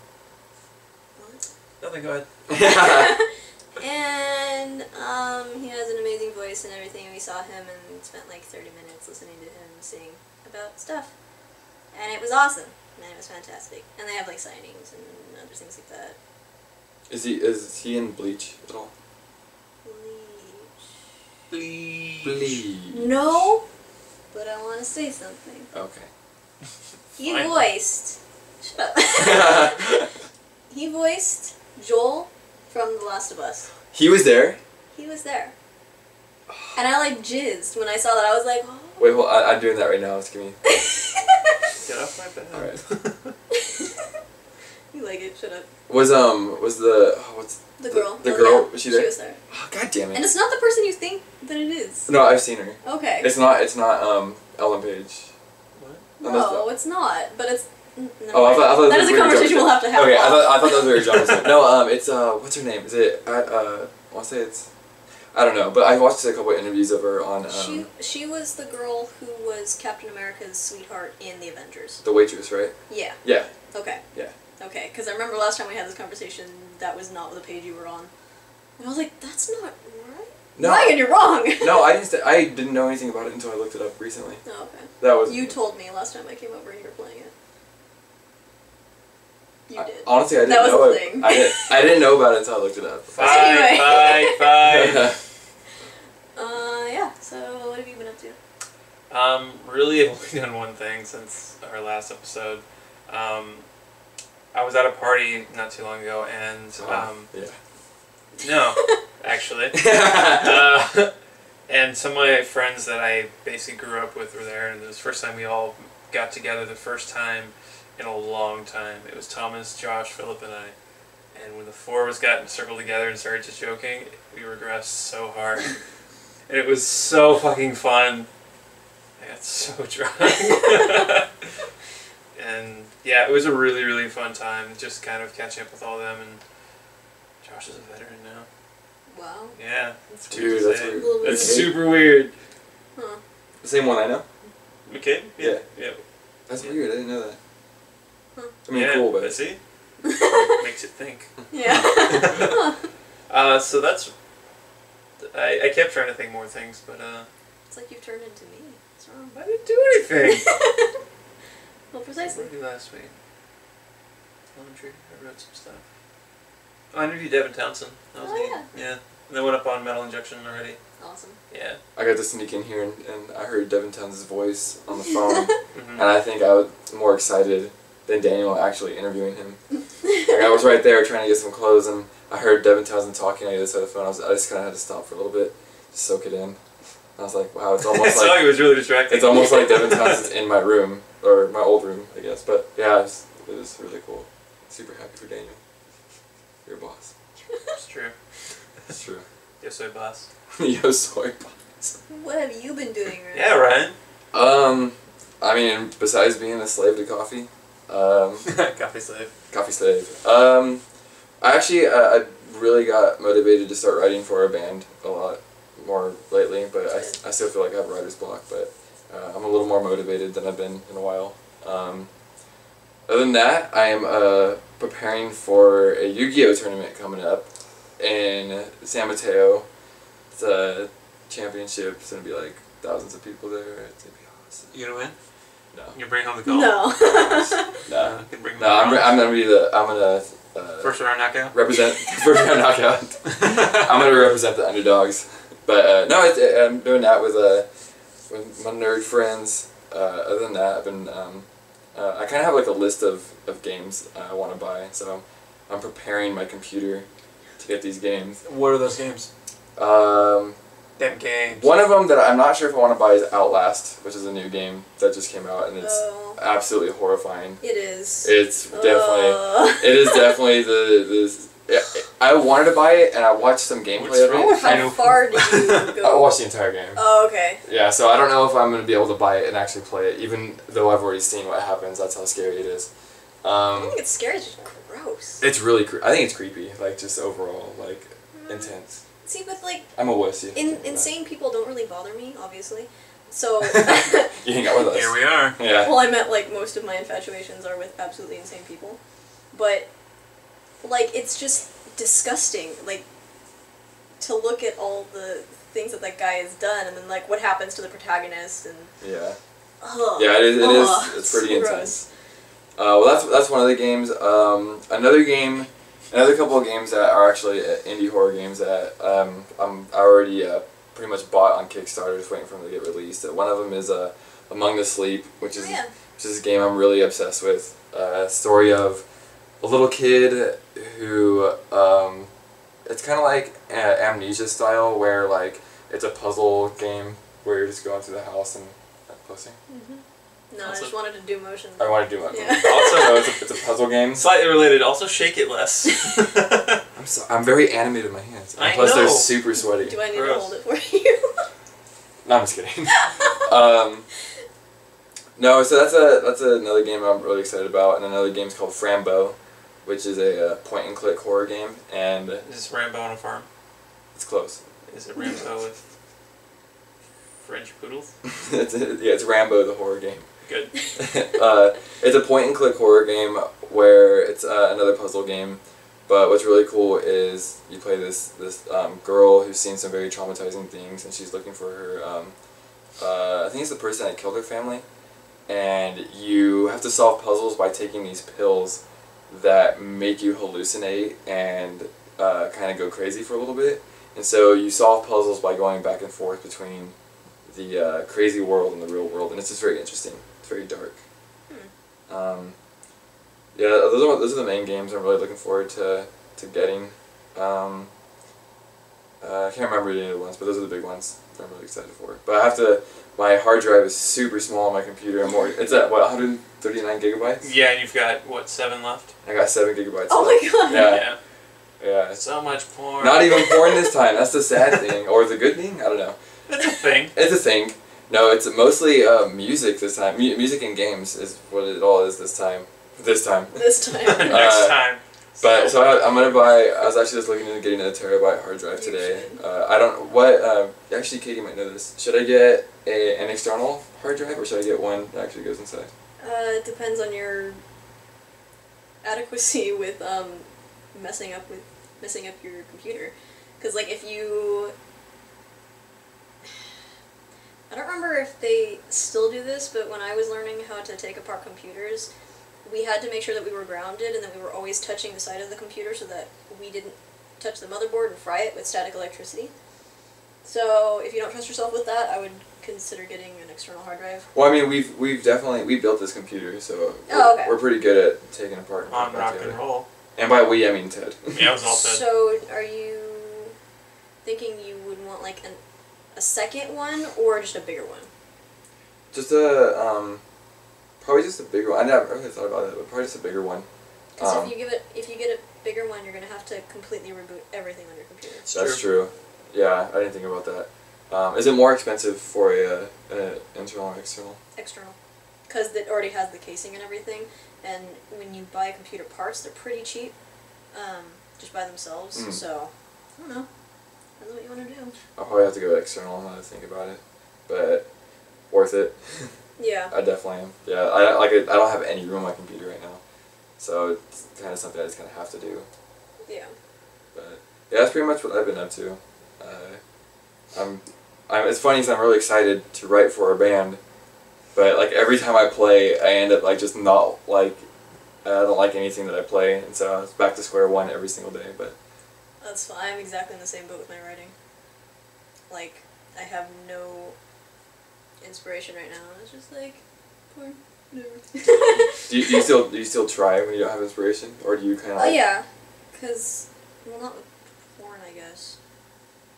[SPEAKER 3] what?
[SPEAKER 2] Nothing. Go ahead.
[SPEAKER 3] and um, he has an amazing voice and everything. And we saw him and spent like thirty minutes listening to him sing about stuff, and it was awesome. And it was fantastic. And they have like signings and other things like that.
[SPEAKER 4] is he is he in Bleach at all?
[SPEAKER 3] Bleach.
[SPEAKER 2] Please.
[SPEAKER 3] No, but I want to say something.
[SPEAKER 4] Okay.
[SPEAKER 3] He
[SPEAKER 2] Fine.
[SPEAKER 3] voiced. Shut up. he voiced Joel from The Last of Us.
[SPEAKER 4] he was there.
[SPEAKER 3] He was there. And I like jizzed when I saw that. I was like, oh.
[SPEAKER 4] Wait, hold. I, I'm doing that right now. It's giving me.
[SPEAKER 2] Get off my back.
[SPEAKER 4] All right.
[SPEAKER 3] you like it? Shut up.
[SPEAKER 4] Was um was the oh, what's
[SPEAKER 3] The girl.
[SPEAKER 4] The
[SPEAKER 3] Oh,
[SPEAKER 4] girl,
[SPEAKER 3] yeah.
[SPEAKER 4] was she there?
[SPEAKER 3] was there.
[SPEAKER 4] oh, God damn
[SPEAKER 3] And
[SPEAKER 4] it.
[SPEAKER 3] it's not the person you think that it is.
[SPEAKER 4] No, I've seen her.
[SPEAKER 3] Okay.
[SPEAKER 4] It's not. It's not um Ellen Page.
[SPEAKER 2] What?
[SPEAKER 4] and that's
[SPEAKER 3] no, it's not. But it's. n- never
[SPEAKER 4] Oh, I
[SPEAKER 3] mind.
[SPEAKER 4] thought, I thought
[SPEAKER 3] that
[SPEAKER 4] was
[SPEAKER 3] is a
[SPEAKER 4] Rita
[SPEAKER 3] conversation
[SPEAKER 4] Johnson.
[SPEAKER 3] we'll have to have.
[SPEAKER 4] Okay, I thought, I thought that was Rita
[SPEAKER 2] very
[SPEAKER 4] Johnson. no, um, it's uh, what's her name? Is it? I uh, I want to say it's, I don't know, but I watched a couple of interviews of her on um,
[SPEAKER 3] She she was the girl who was Captain America's sweetheart in the Avengers.
[SPEAKER 4] the waitress, right?
[SPEAKER 3] Yeah.
[SPEAKER 4] Yeah.
[SPEAKER 3] Okay.
[SPEAKER 4] Yeah.
[SPEAKER 3] Okay, because I remember last time we had this conversation, that was not the page you were on, and I was like, "That's not right."
[SPEAKER 4] No,
[SPEAKER 3] Ryan, you're wrong.
[SPEAKER 4] no, I didn't. I didn't know anything about it until I looked it up recently.
[SPEAKER 3] Oh, okay.
[SPEAKER 4] That was
[SPEAKER 3] You told me last time I came over and you were playing it. You
[SPEAKER 4] I-
[SPEAKER 3] did.
[SPEAKER 4] honestly, I didn't
[SPEAKER 3] That was
[SPEAKER 4] know
[SPEAKER 3] a
[SPEAKER 4] it.
[SPEAKER 3] thing.
[SPEAKER 4] I didn't. I didn't know about it until I looked it up.
[SPEAKER 2] Five,
[SPEAKER 3] Anyway.
[SPEAKER 2] five, five.
[SPEAKER 3] uh, yeah. So what have you been up to?
[SPEAKER 2] Um, really, I've only done one thing since our last episode. Um, I was at a party not too long ago, and um, no, actually,
[SPEAKER 4] yeah.
[SPEAKER 2] uh, and some of my friends that I basically grew up with were there, and it was the first time we all got together. The first time in a long time. It was Thomas, Josh, Philip, and I. And when the four of us got circled together and started just joking, we regressed so hard, and it was so fucking fun. I got so drunk. and yeah, it was a really really fun time. Just kind of catching up with all them, and Josh is a veteran now.
[SPEAKER 3] Wow.
[SPEAKER 2] Yeah.
[SPEAKER 4] Dude,
[SPEAKER 2] to
[SPEAKER 4] that's
[SPEAKER 2] say.
[SPEAKER 4] weird.
[SPEAKER 3] Little
[SPEAKER 2] That's
[SPEAKER 4] Okay.
[SPEAKER 2] super weird.
[SPEAKER 3] Huh.
[SPEAKER 4] The same one I know.
[SPEAKER 2] Okay.
[SPEAKER 4] Yeah.
[SPEAKER 2] Yeah.
[SPEAKER 4] That's
[SPEAKER 2] Yeah.
[SPEAKER 4] weird. I didn't know that.
[SPEAKER 3] Huh.
[SPEAKER 4] I mean,
[SPEAKER 2] yeah.
[SPEAKER 4] cool, but
[SPEAKER 2] see, makes it think.
[SPEAKER 3] yeah.
[SPEAKER 2] Uh, so that's. I, I kept trying to think more things, but uh,
[SPEAKER 3] it's like you've turned into me. What's wrong?
[SPEAKER 2] I didn't do anything.
[SPEAKER 3] well,
[SPEAKER 2] what
[SPEAKER 3] precisely.
[SPEAKER 2] did I do last week? Laundry. I wrote some stuff. Oh, I interviewed Devin Townsend. That was
[SPEAKER 3] Oh,
[SPEAKER 2] neat.
[SPEAKER 3] yeah.
[SPEAKER 2] Yeah. And they went up on metal injection already.
[SPEAKER 3] Awesome.
[SPEAKER 2] Yeah.
[SPEAKER 4] I got to sneak in here and, and I heard Devin Towns' voice on the phone.
[SPEAKER 2] Mm-hmm.
[SPEAKER 4] And I think I was more excited than Daniel actually interviewing him. Like I was right there trying to get some clothes, and I heard Devin Townsend talking on the other side of the phone. I, was, I just kind of had to stop for a little bit, just soak it in. And I was like, wow, it's almost
[SPEAKER 2] so
[SPEAKER 4] like
[SPEAKER 2] he was really distracting.
[SPEAKER 4] it's almost like Devin Townsend's in my room or my old room, I guess. But yeah, it was, it was really cool. Super happy for Daniel, your boss.
[SPEAKER 2] It's true.
[SPEAKER 4] That's true.
[SPEAKER 2] Yes, I boss.
[SPEAKER 4] Yo, soy boss.
[SPEAKER 3] What have you been doing? Ryan?
[SPEAKER 2] Yeah, Ryan.
[SPEAKER 4] Um, I mean, besides being a slave to coffee, um.
[SPEAKER 2] Coffee slave.
[SPEAKER 4] Coffee Slave. Um, I actually uh, I really got motivated to start writing for a band a lot more lately, but I, I still feel like I have writer's block, but uh, I'm a little more motivated than I've been in a while. Um, other than that, I am uh, preparing for a Yu Gi Oh tournament coming up in San Mateo. It's a championship, it's gonna be like thousands of people there. It's gonna be awesome.
[SPEAKER 2] You gonna win?
[SPEAKER 4] No.
[SPEAKER 2] You bring home the gold.
[SPEAKER 3] No.
[SPEAKER 4] No.
[SPEAKER 2] Uh, can bring
[SPEAKER 4] No, I'm, re- I'm gonna be the, I'm gonna, uh,
[SPEAKER 2] First round knockout.
[SPEAKER 4] represent first round knockout. I'm gonna represent the underdogs, but uh, no, it, it, I'm doing that with uh, with my nerd friends. Uh, other than that, I've been um, uh, I kind of have like a list of of games I want to buy, so I'm preparing my computer to get these games.
[SPEAKER 2] What are those games?
[SPEAKER 4] Um,
[SPEAKER 2] Them games.
[SPEAKER 4] one of them that I'm not sure if I want to buy is Outlast, which is a new game that just came out, and it's
[SPEAKER 3] oh,
[SPEAKER 4] absolutely horrifying.
[SPEAKER 3] it is.
[SPEAKER 4] It's definitely
[SPEAKER 3] Oh.
[SPEAKER 4] it is definitely the this. I wanted to buy it, and I watched some
[SPEAKER 2] What's
[SPEAKER 4] gameplay
[SPEAKER 2] wrong
[SPEAKER 4] of
[SPEAKER 3] How
[SPEAKER 4] it.
[SPEAKER 2] with you?
[SPEAKER 3] how far did you
[SPEAKER 4] I
[SPEAKER 3] go?
[SPEAKER 4] watched the entire game.
[SPEAKER 3] Oh, okay.
[SPEAKER 4] Yeah, so I don't know if I'm gonna be able to buy it and actually play it, even though I've already seen what happens. That's how scary it is.
[SPEAKER 3] I don't
[SPEAKER 4] Um,
[SPEAKER 3] think it's scary. It's just gross.
[SPEAKER 4] it's really, cre- I think it's creepy. Like just overall, like
[SPEAKER 3] Mm.
[SPEAKER 4] intense.
[SPEAKER 3] See, but like
[SPEAKER 4] I'm a wussy. if I
[SPEAKER 3] in,
[SPEAKER 4] think about it.
[SPEAKER 3] insane people don't really bother me, obviously. So,
[SPEAKER 4] You hang out with us.
[SPEAKER 2] Here we are.
[SPEAKER 4] Yeah.
[SPEAKER 3] well, I meant like most of my infatuations are with absolutely insane people, but like it's just disgusting. Like to look at all the things that that guy has done, and then like what happens to the protagonist, and
[SPEAKER 4] Yeah.
[SPEAKER 3] ugh,
[SPEAKER 4] Yeah, it is. It is.
[SPEAKER 3] ugh,
[SPEAKER 4] It's pretty
[SPEAKER 3] so
[SPEAKER 4] intense. Uh, well, that's that's one of the games. Um, another game, another couple of games that are actually uh, indie horror games that um, I'm I already uh, pretty much bought on Kickstarter, just waiting for them to get released. Uh, one of them is uh, Among the Sleep, which
[SPEAKER 3] gross.
[SPEAKER 4] is
[SPEAKER 3] Oh, yeah.
[SPEAKER 4] which is a game I'm really obsessed with. Uh, story of a little kid who um, it's kind of like a- amnesia style, where like it's a puzzle game where you're just going through the house and uh, posting.
[SPEAKER 3] No, I
[SPEAKER 2] Also-
[SPEAKER 3] just wanted to do motions.
[SPEAKER 4] I want to do my
[SPEAKER 3] Yeah.
[SPEAKER 4] Also, no, it's a, it's a puzzle game.
[SPEAKER 2] Slightly related. Also, shake it less.
[SPEAKER 4] I'm, so, I'm very animated with my hands. And
[SPEAKER 2] I
[SPEAKER 4] plus, they're
[SPEAKER 2] know.
[SPEAKER 4] super sweaty.
[SPEAKER 3] Do I need to
[SPEAKER 2] Gross.
[SPEAKER 3] hold it for you?
[SPEAKER 4] No, I'm just kidding. um, no, so that's a that's another game I'm really excited about, and another game's called Frambo, which is a uh, point and click horror game, and
[SPEAKER 2] is this Rambo on a farm?
[SPEAKER 4] it's close.
[SPEAKER 2] Is it Rambo with French poodles?
[SPEAKER 4] it's, yeah, it's Rambo the horror game.
[SPEAKER 2] Good.
[SPEAKER 4] uh, it's a point and click horror game where it's uh, another puzzle game. But what's really cool is you play this this um, girl who's seen some very traumatizing things, and she's looking for her. Um, uh, I think it's the person that killed her family, and you have to solve puzzles by taking these pills that make you hallucinate and uh, kind of go crazy for a little bit. And so you solve puzzles by going back and forth between the uh, crazy world and the real world, and it's just very interesting. It's very dark.
[SPEAKER 3] Hmm.
[SPEAKER 4] Um, yeah, those are those are the main games I'm really looking forward to to getting. Um, uh, I can't remember the other ones, but those are the big ones that I'm really excited for. But I have to. My hard drive is super small on my computer. I'm more. It's at what 139 gigabytes.
[SPEAKER 2] Yeah, and you've got what seven left?
[SPEAKER 4] I got seven gigabytes.
[SPEAKER 3] Oh
[SPEAKER 4] left.
[SPEAKER 3] my god.
[SPEAKER 4] Yeah. Yeah.
[SPEAKER 2] That's so much porn.
[SPEAKER 4] Not e- even porn this time. That's the sad thing, or the good thing. I don't know.
[SPEAKER 2] That's a thing.
[SPEAKER 4] It's a thing. No, it's mostly uh, music this time. Mu- music and games is what it all is this time. This time.
[SPEAKER 3] This time.
[SPEAKER 2] Next
[SPEAKER 4] Uh,
[SPEAKER 2] time.
[SPEAKER 4] But so I, I'm gonna buy. I was actually just looking into getting a terabyte hard drive
[SPEAKER 3] You
[SPEAKER 4] today.
[SPEAKER 3] should.
[SPEAKER 4] Uh, I don't what. Uh, actually, Katie might know this. Should I get a, an external hard drive or should I get one that actually goes inside?
[SPEAKER 3] Uh, it depends on your adequacy with um, messing up with messing up your computer. Because like if you, I don't remember if they still do this, but when I was learning how to take apart computers, we had to make sure that we were grounded and that we were always touching the side of the computer so that we didn't touch the motherboard and fry it with static electricity. So if you don't trust yourself with that, I would consider getting an external hard drive.
[SPEAKER 4] Well, I mean, we've we've definitely we built this computer, so we're,
[SPEAKER 3] Oh, okay.
[SPEAKER 4] we're pretty good at taking apart. and
[SPEAKER 2] on
[SPEAKER 4] putting back
[SPEAKER 2] rock and
[SPEAKER 4] together.
[SPEAKER 2] roll.
[SPEAKER 4] And by we, I mean Ted.
[SPEAKER 2] Yeah, I was all said.
[SPEAKER 3] So, are you thinking you would want like an, a second one or just a bigger one?
[SPEAKER 4] just a um, probably just a bigger one. I never really thought about that, but probably just a bigger one.
[SPEAKER 3] Because
[SPEAKER 4] Um,
[SPEAKER 3] if you give it, if you get a bigger one, you're gonna have to completely reboot everything on your computer.
[SPEAKER 2] It's
[SPEAKER 4] That's true. Yeah, I didn't think about that. Um, is it more expensive for a, uh, an internal or external?
[SPEAKER 3] External, because it already has the casing and everything. And when you buy computer parts, they're pretty cheap, um, just by themselves.
[SPEAKER 4] Mm. Uh,
[SPEAKER 3] So, I don't know. That's what you want to do.
[SPEAKER 4] I'll probably have to go external now that I think about it, but worth it.
[SPEAKER 3] Yeah.
[SPEAKER 4] I definitely am. Yeah, I like I don't have any room on my computer right now, so it's kind of something I just kind of have to do.
[SPEAKER 3] Yeah.
[SPEAKER 4] But yeah, that's pretty much what I've been up to. Uh, I'm, I'm. It's funny 'cause I'm really excited to write for a band, but like every time I play, I end up like just not like. I don't like anything that I play, and so it's back to square one every single day. But
[SPEAKER 3] That's fine. I'm exactly in the same boat with my writing. Like, I have no inspiration right now. It's just like, porn, whatever.
[SPEAKER 4] do you, do you still do you still try when you don't have inspiration, or do you kind of?
[SPEAKER 3] Oh, yeah. Because, well, not with porn, I guess.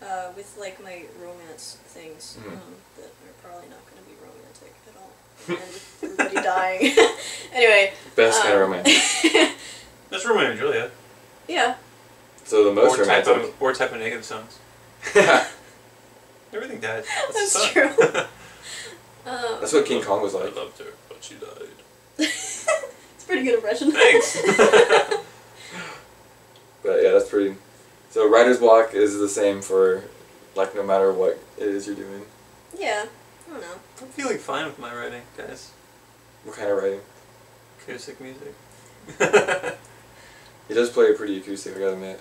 [SPEAKER 3] Uh, with, like, my romance things
[SPEAKER 4] Mhm.
[SPEAKER 3] um, that are probably not going to be romantic at all. And with everybody dying. anyway.
[SPEAKER 4] Best kind of
[SPEAKER 3] um,
[SPEAKER 4] romantic.
[SPEAKER 2] That's Romeo and Juliet.
[SPEAKER 3] yeah.
[SPEAKER 4] So the most
[SPEAKER 2] or type
[SPEAKER 4] romantic.
[SPEAKER 2] of or type of negative songs.
[SPEAKER 4] that's
[SPEAKER 2] Everything dies.
[SPEAKER 3] That's
[SPEAKER 2] the song.
[SPEAKER 3] true. Um,
[SPEAKER 4] what King Kong was like.
[SPEAKER 2] I loved her, but she died.
[SPEAKER 3] it's pretty good impression.
[SPEAKER 2] Thanks.
[SPEAKER 4] But yeah, that's pretty. So writer's block is the same for, like, no matter what it is you're doing.
[SPEAKER 3] yeah, I don't know.
[SPEAKER 2] I'm feeling fine with my writing, guys.
[SPEAKER 4] What kind of writing?
[SPEAKER 2] Acoustic music. I
[SPEAKER 4] He does play pretty acoustic, I gotta admit.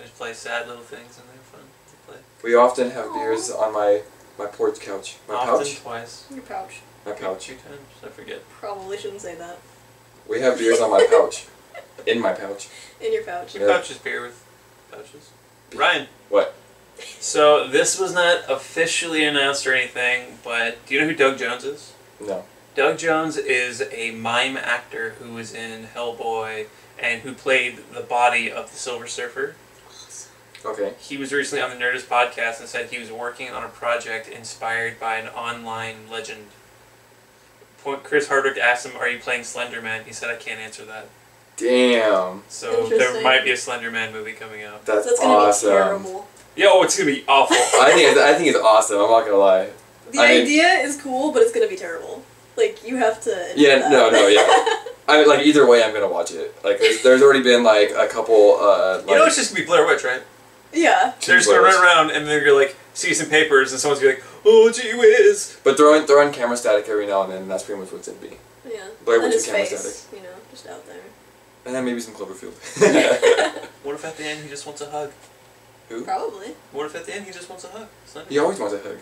[SPEAKER 2] just play sad little things and they're fun to play.
[SPEAKER 4] We often have beers on my my porch couch. My
[SPEAKER 2] Often
[SPEAKER 4] pouch.
[SPEAKER 2] twice.
[SPEAKER 3] Your pouch.
[SPEAKER 4] My pouch.
[SPEAKER 2] Two times. I forget.
[SPEAKER 3] Probably shouldn't say that.
[SPEAKER 4] We have beers on my pouch. In my pouch.
[SPEAKER 3] In your pouch.
[SPEAKER 2] She
[SPEAKER 4] Yeah.
[SPEAKER 2] pouches beer with pouches. Ryan.
[SPEAKER 4] What?
[SPEAKER 2] So this was not officially announced or anything, but do you know who Doug Jones is?
[SPEAKER 4] No.
[SPEAKER 2] Doug Jones is a mime actor who was in Hellboy and who played the body of the Silver Surfer.
[SPEAKER 4] Okay.
[SPEAKER 2] He was recently on the Nerdist podcast and said he was working on a project inspired by an online legend. Point- Chris Hardwick asked him, "Are you playing Slender Man?" He said, "I can't answer that."
[SPEAKER 4] Damn.
[SPEAKER 2] So there
[SPEAKER 3] Interesting.
[SPEAKER 2] might be a Slender Man movie coming out.
[SPEAKER 4] That's,
[SPEAKER 3] That's gonna
[SPEAKER 4] awesome.
[SPEAKER 3] be terrible.
[SPEAKER 2] Yeah, oh, it's gonna be awful.
[SPEAKER 4] I think it's, I think it's awesome. I'm not gonna lie.
[SPEAKER 3] The
[SPEAKER 4] I mean-
[SPEAKER 3] idea is cool, but it's gonna be terrible. Like you have to. admit
[SPEAKER 4] Yeah,
[SPEAKER 3] that.
[SPEAKER 4] no, no, yeah. I mean, like either way, I'm gonna watch it. Like there's, there's already been like a couple. Uh, like,
[SPEAKER 2] You know, it's just gonna be Blair Witch, right?
[SPEAKER 3] yeah.
[SPEAKER 2] They're just gonna run around and they're gonna like see some papers, and someone's gonna be like, "Oh, gee whiz!"
[SPEAKER 4] But throw in, throw in camera static every now and then, and that's pretty much what's in be.
[SPEAKER 3] Yeah.
[SPEAKER 4] Blair
[SPEAKER 3] and
[SPEAKER 4] Witch
[SPEAKER 3] his
[SPEAKER 4] with camera
[SPEAKER 3] face, you know, just out there.
[SPEAKER 4] And then maybe some Cloverfield.
[SPEAKER 2] What if at the end he just wants a hug?
[SPEAKER 4] Who?
[SPEAKER 3] Probably.
[SPEAKER 2] What if at the end he just wants a hug? It's not-
[SPEAKER 4] He always wants a hug.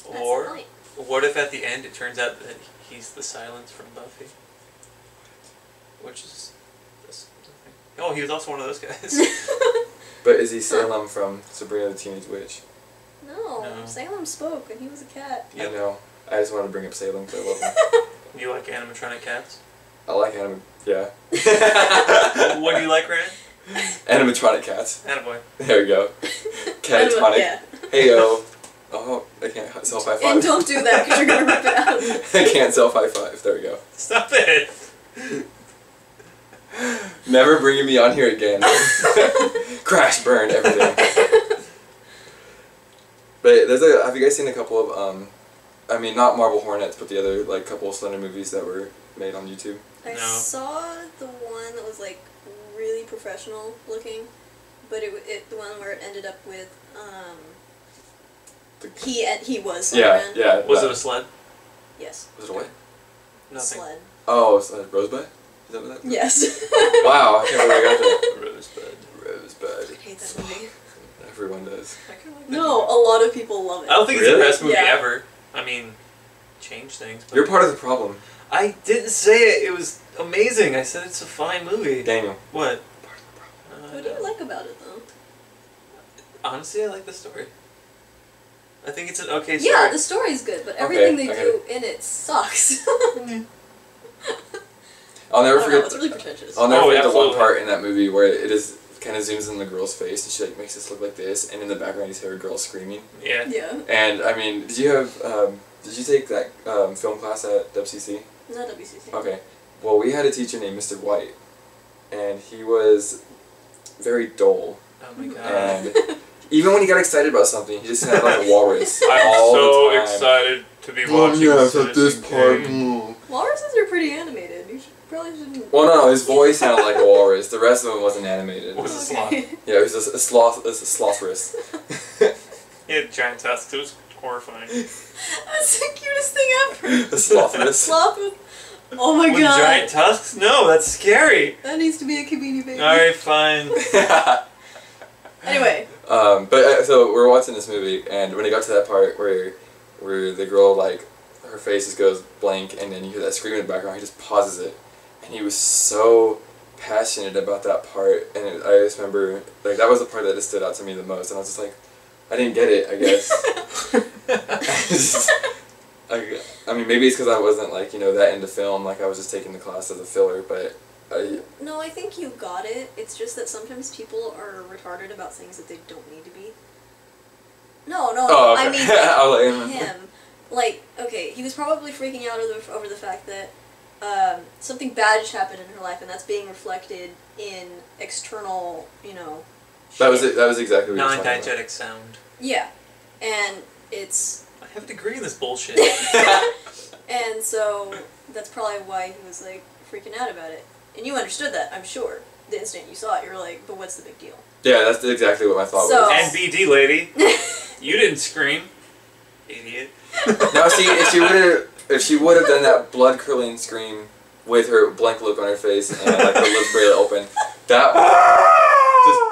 [SPEAKER 3] That's the
[SPEAKER 2] Or
[SPEAKER 3] point.
[SPEAKER 2] what if at the end it turns out that he's the silence from Buffy, which is that's something. Oh, he was also one of those guys.
[SPEAKER 4] But is he Salem from Sabrina the Teenage Witch?
[SPEAKER 3] no,
[SPEAKER 2] No.
[SPEAKER 3] Salem spoke and he was a cat.
[SPEAKER 4] I
[SPEAKER 2] yep.
[SPEAKER 4] know. I just wanted to bring up Salem because I love him.
[SPEAKER 2] You like animatronic cats?
[SPEAKER 4] I like anim. Yeah.
[SPEAKER 2] what do you like, Ryan?
[SPEAKER 4] Animatronic cats.
[SPEAKER 2] Attaboy.
[SPEAKER 4] There we go.
[SPEAKER 3] Anyway,
[SPEAKER 4] Catatonic.
[SPEAKER 3] yeah.
[SPEAKER 4] Hey yo. Oh, I can't self high
[SPEAKER 3] And
[SPEAKER 4] five.
[SPEAKER 3] don't do that because you're gonna rip it out.
[SPEAKER 4] I can't self high five. There we go.
[SPEAKER 2] Stop it.
[SPEAKER 4] Never bringing me on here again. Crash, burn, everything. But there's a. Have you guys seen a couple of um, I mean not Marble Hornets, but the other like couple of Slender movies that were made on YouTube.
[SPEAKER 3] I
[SPEAKER 2] No.
[SPEAKER 3] saw the one that was like really professional looking, but it, it the one where it ended up with um
[SPEAKER 4] The-
[SPEAKER 3] he and he was
[SPEAKER 4] yeah,
[SPEAKER 3] Slenderman.
[SPEAKER 4] yeah.
[SPEAKER 2] Was
[SPEAKER 4] that-
[SPEAKER 2] it a sled?
[SPEAKER 3] yes
[SPEAKER 4] Was it a what?
[SPEAKER 2] Nothing.
[SPEAKER 3] sled
[SPEAKER 4] Oh, it's, uh, Rosebud. Is that what that?
[SPEAKER 3] yes
[SPEAKER 4] Wow, I can't believe I got that.
[SPEAKER 2] Rosebud.
[SPEAKER 3] I
[SPEAKER 4] Rosebud.
[SPEAKER 3] hate that movie
[SPEAKER 4] Everyone does.
[SPEAKER 2] I kinda like that
[SPEAKER 3] no a lot of people love it
[SPEAKER 2] I don't think it's
[SPEAKER 4] Really?
[SPEAKER 2] the best movie
[SPEAKER 3] Yeah.
[SPEAKER 2] ever. I mean, change things. But
[SPEAKER 4] You're part of the problem,
[SPEAKER 2] I didn't say it. It was amazing. I said it's a fine movie.
[SPEAKER 4] Daniel.
[SPEAKER 2] What? Uh,
[SPEAKER 3] what do you like about it though
[SPEAKER 2] Honestly, I like the story. I think it's an okay story.
[SPEAKER 3] yeah the story's good but everything
[SPEAKER 4] Okay,
[SPEAKER 3] they
[SPEAKER 4] okay.
[SPEAKER 3] do in it sucks I
[SPEAKER 4] I'll
[SPEAKER 3] don't
[SPEAKER 4] never
[SPEAKER 3] know,
[SPEAKER 4] forget.
[SPEAKER 3] it's really pretentious
[SPEAKER 4] I'll never
[SPEAKER 2] Oh,
[SPEAKER 4] forget the
[SPEAKER 2] absolutely.
[SPEAKER 4] one part in that movie where it is kind of zooms in the girl's face and she like makes this look like this, and in the background you hear a girl screaming.
[SPEAKER 2] yeah.
[SPEAKER 3] yeah
[SPEAKER 4] And I mean, did you have? Um, did you take that um, film class at WCC?
[SPEAKER 3] not WCC
[SPEAKER 4] Okay. Well, we had a teacher named Mr. White, and he was very dull.
[SPEAKER 2] Oh my
[SPEAKER 3] Um,
[SPEAKER 2] god.
[SPEAKER 4] And even when he got excited about something, he just sounded like a walrus
[SPEAKER 2] I'm
[SPEAKER 4] Um, all the
[SPEAKER 2] so
[SPEAKER 4] time.
[SPEAKER 2] excited to be
[SPEAKER 4] Oh,
[SPEAKER 2] watching
[SPEAKER 4] yeah, it's
[SPEAKER 2] Citizen
[SPEAKER 4] at this part.
[SPEAKER 2] Kane.
[SPEAKER 4] mm.
[SPEAKER 3] walruses are pretty animated you should probably shouldn't
[SPEAKER 4] Well, no, his voice sounded like a walrus. The rest of him wasn't animated.
[SPEAKER 2] What was it?
[SPEAKER 3] okay.
[SPEAKER 4] Yeah, it was a, a sloth, a slothorus.
[SPEAKER 2] He had giant tusks. It was horrifying.
[SPEAKER 3] Oh that's the cutest thing
[SPEAKER 4] a
[SPEAKER 3] ever
[SPEAKER 4] slothorus.
[SPEAKER 3] Slop. Oh my
[SPEAKER 2] With
[SPEAKER 3] god.
[SPEAKER 2] giant tusks? No, that's scary.
[SPEAKER 3] That needs to be a Kabini baby.
[SPEAKER 2] All right, fine.
[SPEAKER 3] Anyway,
[SPEAKER 4] Um, but uh, so we're watching this movie, and when it got to that part where where the girl like her face just goes blank, and then you hear that scream in the background, he just pauses it, and he was so passionate about that part, and it, I just remember like that was the part that just stood out to me the most, and I was just like, I didn't get it, I guess. Just- I, I mean, maybe it's because I wasn't like you know that into film, like I was just taking the class as a filler, but I
[SPEAKER 3] no, I think you got it. It's just that sometimes people are retarded about things that they don't need to be. No, no,
[SPEAKER 4] oh okay.
[SPEAKER 3] I mean like,
[SPEAKER 4] was like, mm.
[SPEAKER 3] him. Like, okay, he was probably freaking out over the, over the fact that um, something bad just happened in her life, and that's being reflected in external, you know.
[SPEAKER 4] That was
[SPEAKER 3] shit.
[SPEAKER 4] it. That was exactly what you were talking about.
[SPEAKER 2] Non-diegetic sound.
[SPEAKER 3] Yeah, and it's
[SPEAKER 2] I have a degree in this bullshit.
[SPEAKER 3] and so that's probably why he was like freaking out about it. And you understood that, I'm sure. The instant you saw it, you were like, but what's the big deal?
[SPEAKER 4] Yeah, that's exactly what my thought
[SPEAKER 3] So-
[SPEAKER 4] was.
[SPEAKER 2] And BD lady, you didn't scream, idiot.
[SPEAKER 4] Now, see, if she would have, if she would have done that blood curling scream with her blank look on her face and like her lips barely open, that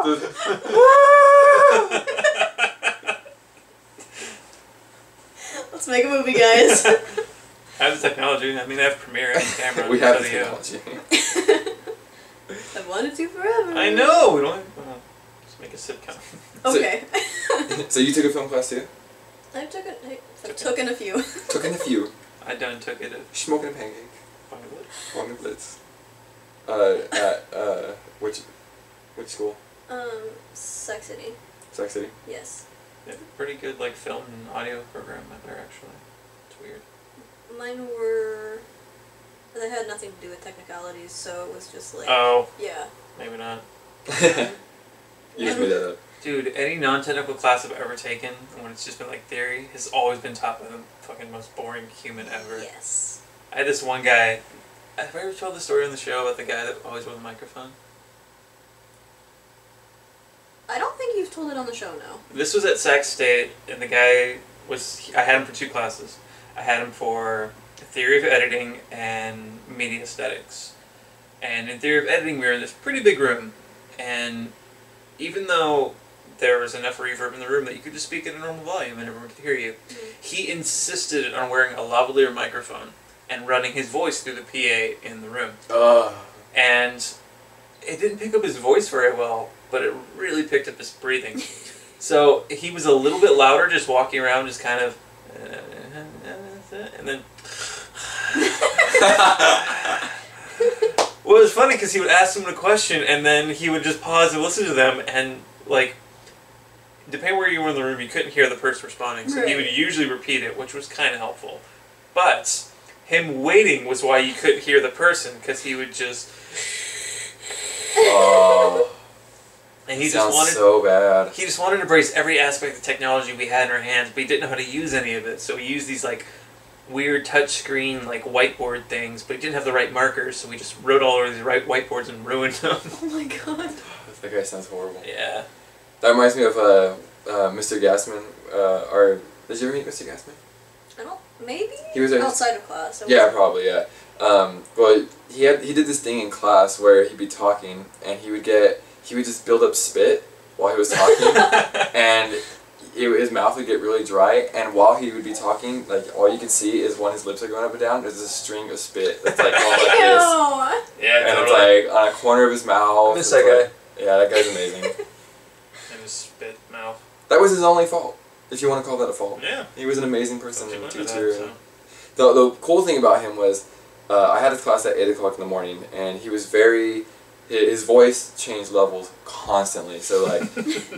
[SPEAKER 4] just, the-
[SPEAKER 3] Let's make a movie, guys.
[SPEAKER 2] I have the technology. I mean, I have Premiere, I have camera,
[SPEAKER 4] we
[SPEAKER 2] I have
[SPEAKER 4] have the
[SPEAKER 2] video.
[SPEAKER 4] technology.
[SPEAKER 3] I've wanted to forever.
[SPEAKER 2] I know. We don't. Have, well, just make a sitcom.
[SPEAKER 3] Okay.
[SPEAKER 4] So you took a film class too?
[SPEAKER 3] I've taken, I've taken a few.
[SPEAKER 4] Took in a few.
[SPEAKER 2] I done took it. at
[SPEAKER 4] Smoking a pancake.
[SPEAKER 2] Hollywood.
[SPEAKER 4] Walking the blitz. Uh, at uh, which, which school?
[SPEAKER 3] Um, Sex City.
[SPEAKER 4] Sac City.
[SPEAKER 3] Yes.
[SPEAKER 2] They have a pretty good like film and audio program out there actually. It's weird.
[SPEAKER 3] Mine were. They had nothing to do with technicalities, so it was just like.
[SPEAKER 2] Oh,
[SPEAKER 3] yeah.
[SPEAKER 2] maybe not.
[SPEAKER 4] you just made that up.
[SPEAKER 2] Dude, any non-technical class I've ever taken, when it's just been like theory, has always been taught by the fucking most boring human ever.
[SPEAKER 3] Yes.
[SPEAKER 2] I had this one guy. Have I ever told the story on the show about the guy that always wore the microphone?
[SPEAKER 3] I don't think you've told it on the show, no.
[SPEAKER 2] This was at Sac State, and the guy was. I had him for two classes. I had him for theory of editing and media aesthetics. And in theory of editing, we were in this pretty big room, and even though there was enough reverb in the room that you could just speak at a normal volume and everyone could hear you, he insisted on wearing a lavalier microphone and running his voice through the PA in the room
[SPEAKER 4] Uh,
[SPEAKER 2] and it didn't pick up his voice very well, but it really picked up his breathing. so he was a little bit louder, just walking around, just kind of, and then. well, it was funny because he would ask someone a question, and then he would just pause and listen to them, and like. Depending where you were in the room, you couldn't hear the person responding, so he
[SPEAKER 3] Right.
[SPEAKER 2] would usually repeat it, which was kind of helpful. But him waiting was why you couldn't hear the person, because he would just
[SPEAKER 4] oh,
[SPEAKER 2] And he
[SPEAKER 4] sounds
[SPEAKER 2] just wanted
[SPEAKER 4] so bad.
[SPEAKER 2] he just wanted to embrace every aspect of technology we had in our hands, but he didn't know how to use any of it. So he used these like weird touch screen like whiteboard things, but he didn't have the right markers, so we just wrote all over these right whiteboards and ruined them.
[SPEAKER 3] Oh my god.
[SPEAKER 4] That guy sounds horrible.
[SPEAKER 2] yeah.
[SPEAKER 4] That reminds me of uh, uh, Mr. Gassman. Uh, or did you ever meet Mr. Gassman?
[SPEAKER 3] I don't. Maybe?
[SPEAKER 4] He was a-
[SPEAKER 3] outside of class. I
[SPEAKER 4] Yeah,
[SPEAKER 3] wasn't-
[SPEAKER 4] probably. Yeah. Um, well, he had he did this thing in class where he'd be talking and he would get he would just build up spit while he was talking and it, his mouth would get really dry and while he would be talking like all you could see is when his lips are going up and down there's a string of spit that's like all like this
[SPEAKER 3] Ew.
[SPEAKER 2] yeah,
[SPEAKER 4] and it's like on a corner of his mouth.
[SPEAKER 2] miss
[SPEAKER 4] It's
[SPEAKER 2] that
[SPEAKER 4] like- yeah, that guy's amazing.
[SPEAKER 2] And his spit mouth.
[SPEAKER 4] that was his only fault, if you want to call that a fault.
[SPEAKER 2] Yeah.
[SPEAKER 4] He was an amazing person
[SPEAKER 2] Something
[SPEAKER 4] and
[SPEAKER 2] like
[SPEAKER 4] teacher.
[SPEAKER 2] that,
[SPEAKER 4] and-
[SPEAKER 2] so.
[SPEAKER 4] The, the cool thing about him was, uh, I had his class at 8 o'clock in the morning, and he was very, hi- his voice changed levels constantly. So, like,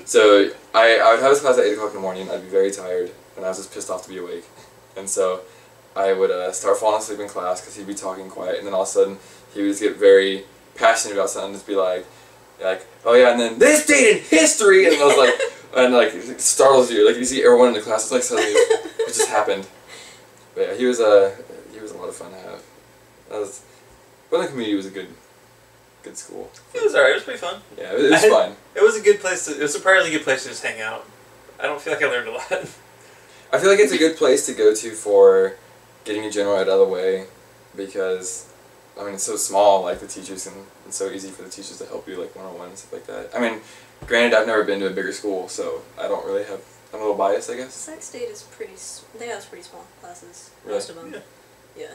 [SPEAKER 4] so I, I would have his class at 8 o'clock in the morning, I'd be very tired, and I was just pissed off to be awake. And so I would uh, start falling asleep in class because he'd be talking quiet, and then all of a sudden he would just get very passionate about something and just be like, like, oh yeah, and then this date in history, and I was like, and like it startles you, like you see everyone in the class is like suddenly, what just happened? But yeah, he was a he was a lot of fun to have. That was, but the community was a good, good school.
[SPEAKER 2] It was alright, it was pretty fun.
[SPEAKER 4] Yeah, it, it was
[SPEAKER 2] I-
[SPEAKER 4] fun.
[SPEAKER 2] It was a good place to it was a surprisingly good place to just hang out. I don't feel like I learned a lot.
[SPEAKER 4] I feel like it's a good place to go to for getting your general ed out of the way because I mean it's so small, like the teachers and it's so easy for the teachers to help you like one on one and stuff like that. I mean, granted I've never been to a bigger school, so I don't really have I'm a little biased I guess.
[SPEAKER 3] Sac State is pretty. s- They have pretty small classes.
[SPEAKER 4] Really?
[SPEAKER 3] Most of them.
[SPEAKER 2] Yeah.
[SPEAKER 3] Yeah.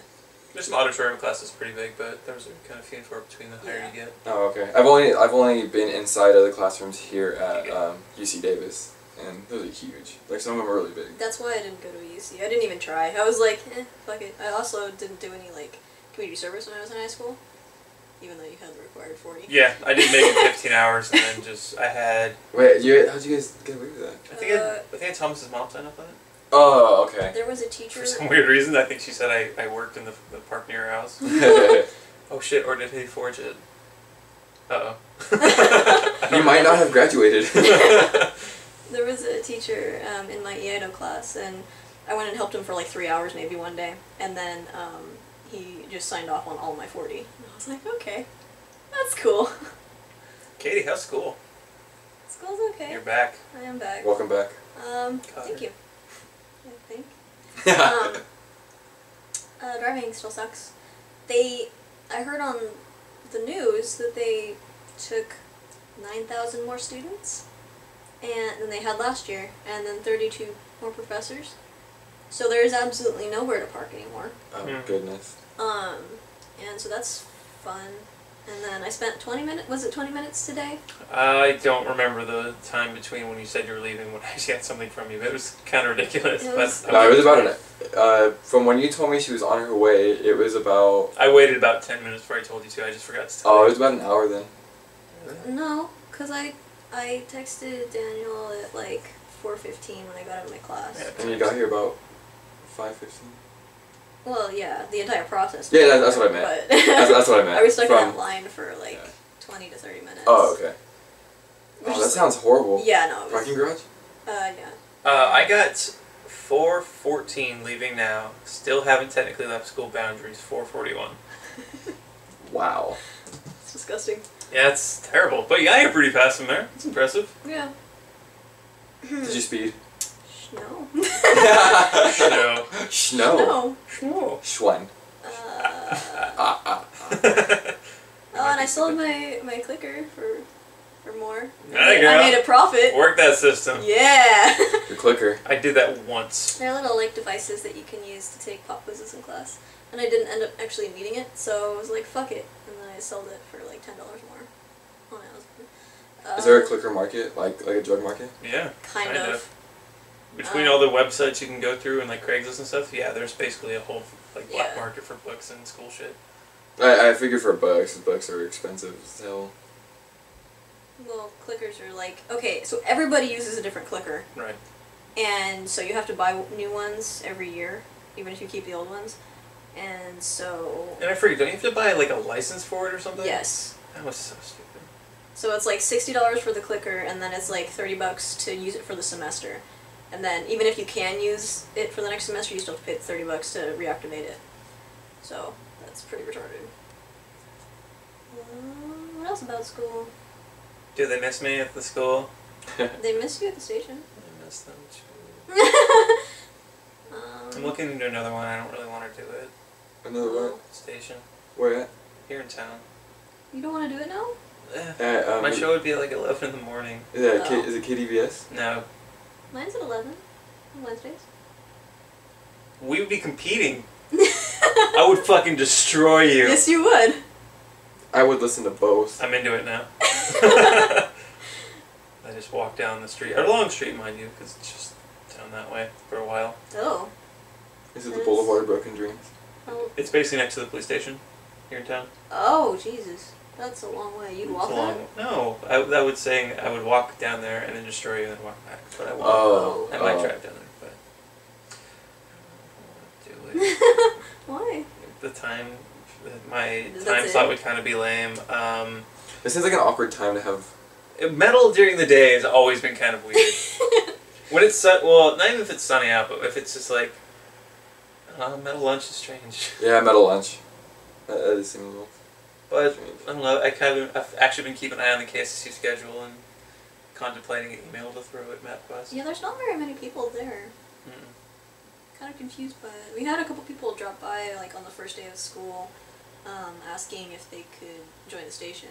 [SPEAKER 2] There's some auditorium classes pretty big, but there was a kind of few and far between the higher
[SPEAKER 3] Yeah.
[SPEAKER 2] you get.
[SPEAKER 4] Oh okay. I've only I've only been inside other classrooms here at um, UC Davis and those are huge. Like some of them are really big.
[SPEAKER 3] That's why I didn't go to UC. I didn't even try. I was like, eh, fuck it. I also didn't do any like community service when I was in high school, even though you had the required forty.
[SPEAKER 2] Yeah, I did maybe 15 hours, and then just I had
[SPEAKER 4] Wait, you how'd you guys get away with that?
[SPEAKER 2] I think I,
[SPEAKER 3] Uh,
[SPEAKER 2] I think I Thomas's mom signed up on it.
[SPEAKER 4] Oh, okay.
[SPEAKER 3] There was a teacher.
[SPEAKER 2] For some weird reason, I think she said I, I worked in the, the park near her house. Oh shit, or did he forge it? Uh oh.
[SPEAKER 4] you might not have graduated.
[SPEAKER 3] There was a teacher um, in my EIDO class, and I went and helped him for like three hours, maybe one day. And then um, he just signed off on all my 40. And I was like, okay, that's cool.
[SPEAKER 2] Katie, how's school?
[SPEAKER 3] School's okay.
[SPEAKER 2] You're back.
[SPEAKER 3] I am back.
[SPEAKER 4] Welcome back.
[SPEAKER 3] Um,
[SPEAKER 2] Connor.
[SPEAKER 3] thank you. I think. Um, uh, driving still sucks. They, I heard on the news that they took 9,000 more students and, than they had last year, and then 32 more professors. So there is absolutely nowhere to park anymore.
[SPEAKER 4] oh
[SPEAKER 2] Yeah.
[SPEAKER 4] goodness.
[SPEAKER 3] Um, and so that's fun. And then I spent 20 minutes, was it 20 minutes today?
[SPEAKER 2] I don't remember the time between when you said you were leaving when I got something from you, but it was kind of ridiculous.
[SPEAKER 3] It
[SPEAKER 2] but
[SPEAKER 3] was-
[SPEAKER 2] I
[SPEAKER 4] No, it was
[SPEAKER 2] waited-
[SPEAKER 4] about an. Uh, from when you told me she was on her way, it was about.
[SPEAKER 2] I waited about 10 minutes before I told you to. I just forgot to tell
[SPEAKER 4] Oh, it
[SPEAKER 2] you.
[SPEAKER 4] was about an hour then.
[SPEAKER 3] No, because I, I texted Daniel at like 4.15 when I got out of my class.
[SPEAKER 2] Yeah.
[SPEAKER 4] And you got here about five fifteen.
[SPEAKER 3] Well, yeah, the entire process.
[SPEAKER 4] Yeah, that- that's what I meant.
[SPEAKER 3] But
[SPEAKER 4] That's, that's what I meant.
[SPEAKER 3] I was stuck in
[SPEAKER 4] From-
[SPEAKER 3] that line for like
[SPEAKER 4] Yeah.
[SPEAKER 3] 20 to 30 minutes.
[SPEAKER 4] Oh, okay.
[SPEAKER 3] Which
[SPEAKER 4] Oh, that
[SPEAKER 3] is-
[SPEAKER 4] sounds horrible.
[SPEAKER 3] Yeah, no. It was,
[SPEAKER 4] Parking garage.
[SPEAKER 3] uh, yeah.
[SPEAKER 2] Uh, I got 414 leaving now. Still haven't technically left school boundaries. 441.
[SPEAKER 4] Wow.
[SPEAKER 3] It's disgusting.
[SPEAKER 2] Yeah, it's terrible. But you got here pretty fast from there. It's impressive.
[SPEAKER 3] Yeah. Hmm.
[SPEAKER 4] Did you speed?
[SPEAKER 3] No.
[SPEAKER 2] No.
[SPEAKER 4] Schno.
[SPEAKER 2] Sure.
[SPEAKER 4] Schwen.
[SPEAKER 3] Uh,
[SPEAKER 4] Ah, ah, ah.
[SPEAKER 3] oh, and I sold my, my clicker for for more.
[SPEAKER 2] Atta
[SPEAKER 3] I
[SPEAKER 2] girl.
[SPEAKER 3] made a profit.
[SPEAKER 2] Work that system.
[SPEAKER 3] Yeah.
[SPEAKER 4] Your clicker.
[SPEAKER 2] I did that once.
[SPEAKER 3] They're little like devices that you can use to take pop quizzes in class, and I didn't end up actually needing it, so I was like, fuck it, and then I sold it for like ten dollars more on Amazon. Uh,
[SPEAKER 4] Is there a clicker market, like like a drug market?
[SPEAKER 2] Yeah.
[SPEAKER 3] Kind
[SPEAKER 2] Kinda.
[SPEAKER 3] of.
[SPEAKER 2] Between
[SPEAKER 3] Um,
[SPEAKER 2] all the websites you can go through and like Craigslist and stuff, yeah, there's basically a whole like black
[SPEAKER 3] Yeah.
[SPEAKER 2] market for books and school shit.
[SPEAKER 4] I, I figure for books, books are expensive as hell.
[SPEAKER 3] Well, clickers are like okay, so everybody uses a different clicker,
[SPEAKER 2] Right.
[SPEAKER 3] and so you have to buy new ones every year, even if you keep the old ones, and so
[SPEAKER 2] And I forget, don't you have to buy like a license for it or something?
[SPEAKER 3] yes,
[SPEAKER 2] That was so stupid.
[SPEAKER 3] so it's like sixty dollars for the clicker, and then it's like thirty bucks to use it for the semester, and then even if you can use it for the next semester, you still have to pay thirty bucks to reactivate it. So that's pretty retarded. Um, what else about school?
[SPEAKER 2] Do they miss me at the school?
[SPEAKER 3] They miss you at the station.
[SPEAKER 2] I miss them too. I'm
[SPEAKER 3] um,
[SPEAKER 2] looking into another one. I don't really want to do it.
[SPEAKER 4] Another one.
[SPEAKER 2] Station
[SPEAKER 4] Where at?
[SPEAKER 2] here in town.
[SPEAKER 3] you don't want to do it now?
[SPEAKER 2] Eh.
[SPEAKER 4] At, um,
[SPEAKER 2] My show would be at like 11 in the morning.
[SPEAKER 4] Is, that
[SPEAKER 3] Oh.
[SPEAKER 4] K, is it KDVS?
[SPEAKER 2] No,
[SPEAKER 3] Mine's at 11 on Wednesdays.
[SPEAKER 2] we would be competing. I would fucking destroy you.
[SPEAKER 3] Yes, you would.
[SPEAKER 4] I would listen to both.
[SPEAKER 2] I'm into it now. I just walked down the street, or long street, mind you, because it's just down that way for a while.
[SPEAKER 3] Oh.
[SPEAKER 4] Is it the
[SPEAKER 3] Yes.
[SPEAKER 4] Boulevard of Broken Dreams?
[SPEAKER 3] Oh,
[SPEAKER 2] It's basically next to the police station here in town.
[SPEAKER 3] oh Jesus. That's a long way. You'd walk
[SPEAKER 2] It's a long.
[SPEAKER 3] that?
[SPEAKER 2] No, I, I would say I would walk down there and then destroy you and then walk back. But I won't.
[SPEAKER 4] Oh.
[SPEAKER 2] I might
[SPEAKER 4] oh.
[SPEAKER 2] drive down there, but I don't wanna do it.
[SPEAKER 3] Why?
[SPEAKER 2] the time, my
[SPEAKER 3] That's
[SPEAKER 2] time
[SPEAKER 3] it.
[SPEAKER 2] slot would kind of be lame. Um,
[SPEAKER 4] It seems like an awkward time to have.
[SPEAKER 2] metal during the day has always been kind of weird. When it's sun, well, not even if it's sunny out, but if it's just like, uh, metal lunch is strange.
[SPEAKER 4] Yeah, I'm at a lunch. That, that does seem a little
[SPEAKER 2] But
[SPEAKER 4] strange.
[SPEAKER 2] I don't know. I kind of I've actually been keeping an eye on the KSC schedule and contemplating an email to throw at MapQuest.
[SPEAKER 3] yeah, there's not very many people there.
[SPEAKER 2] Mm-mm.
[SPEAKER 3] Kind of confused by it. We had a couple people drop by, like, on the first day of school, um, asking if they could join the station.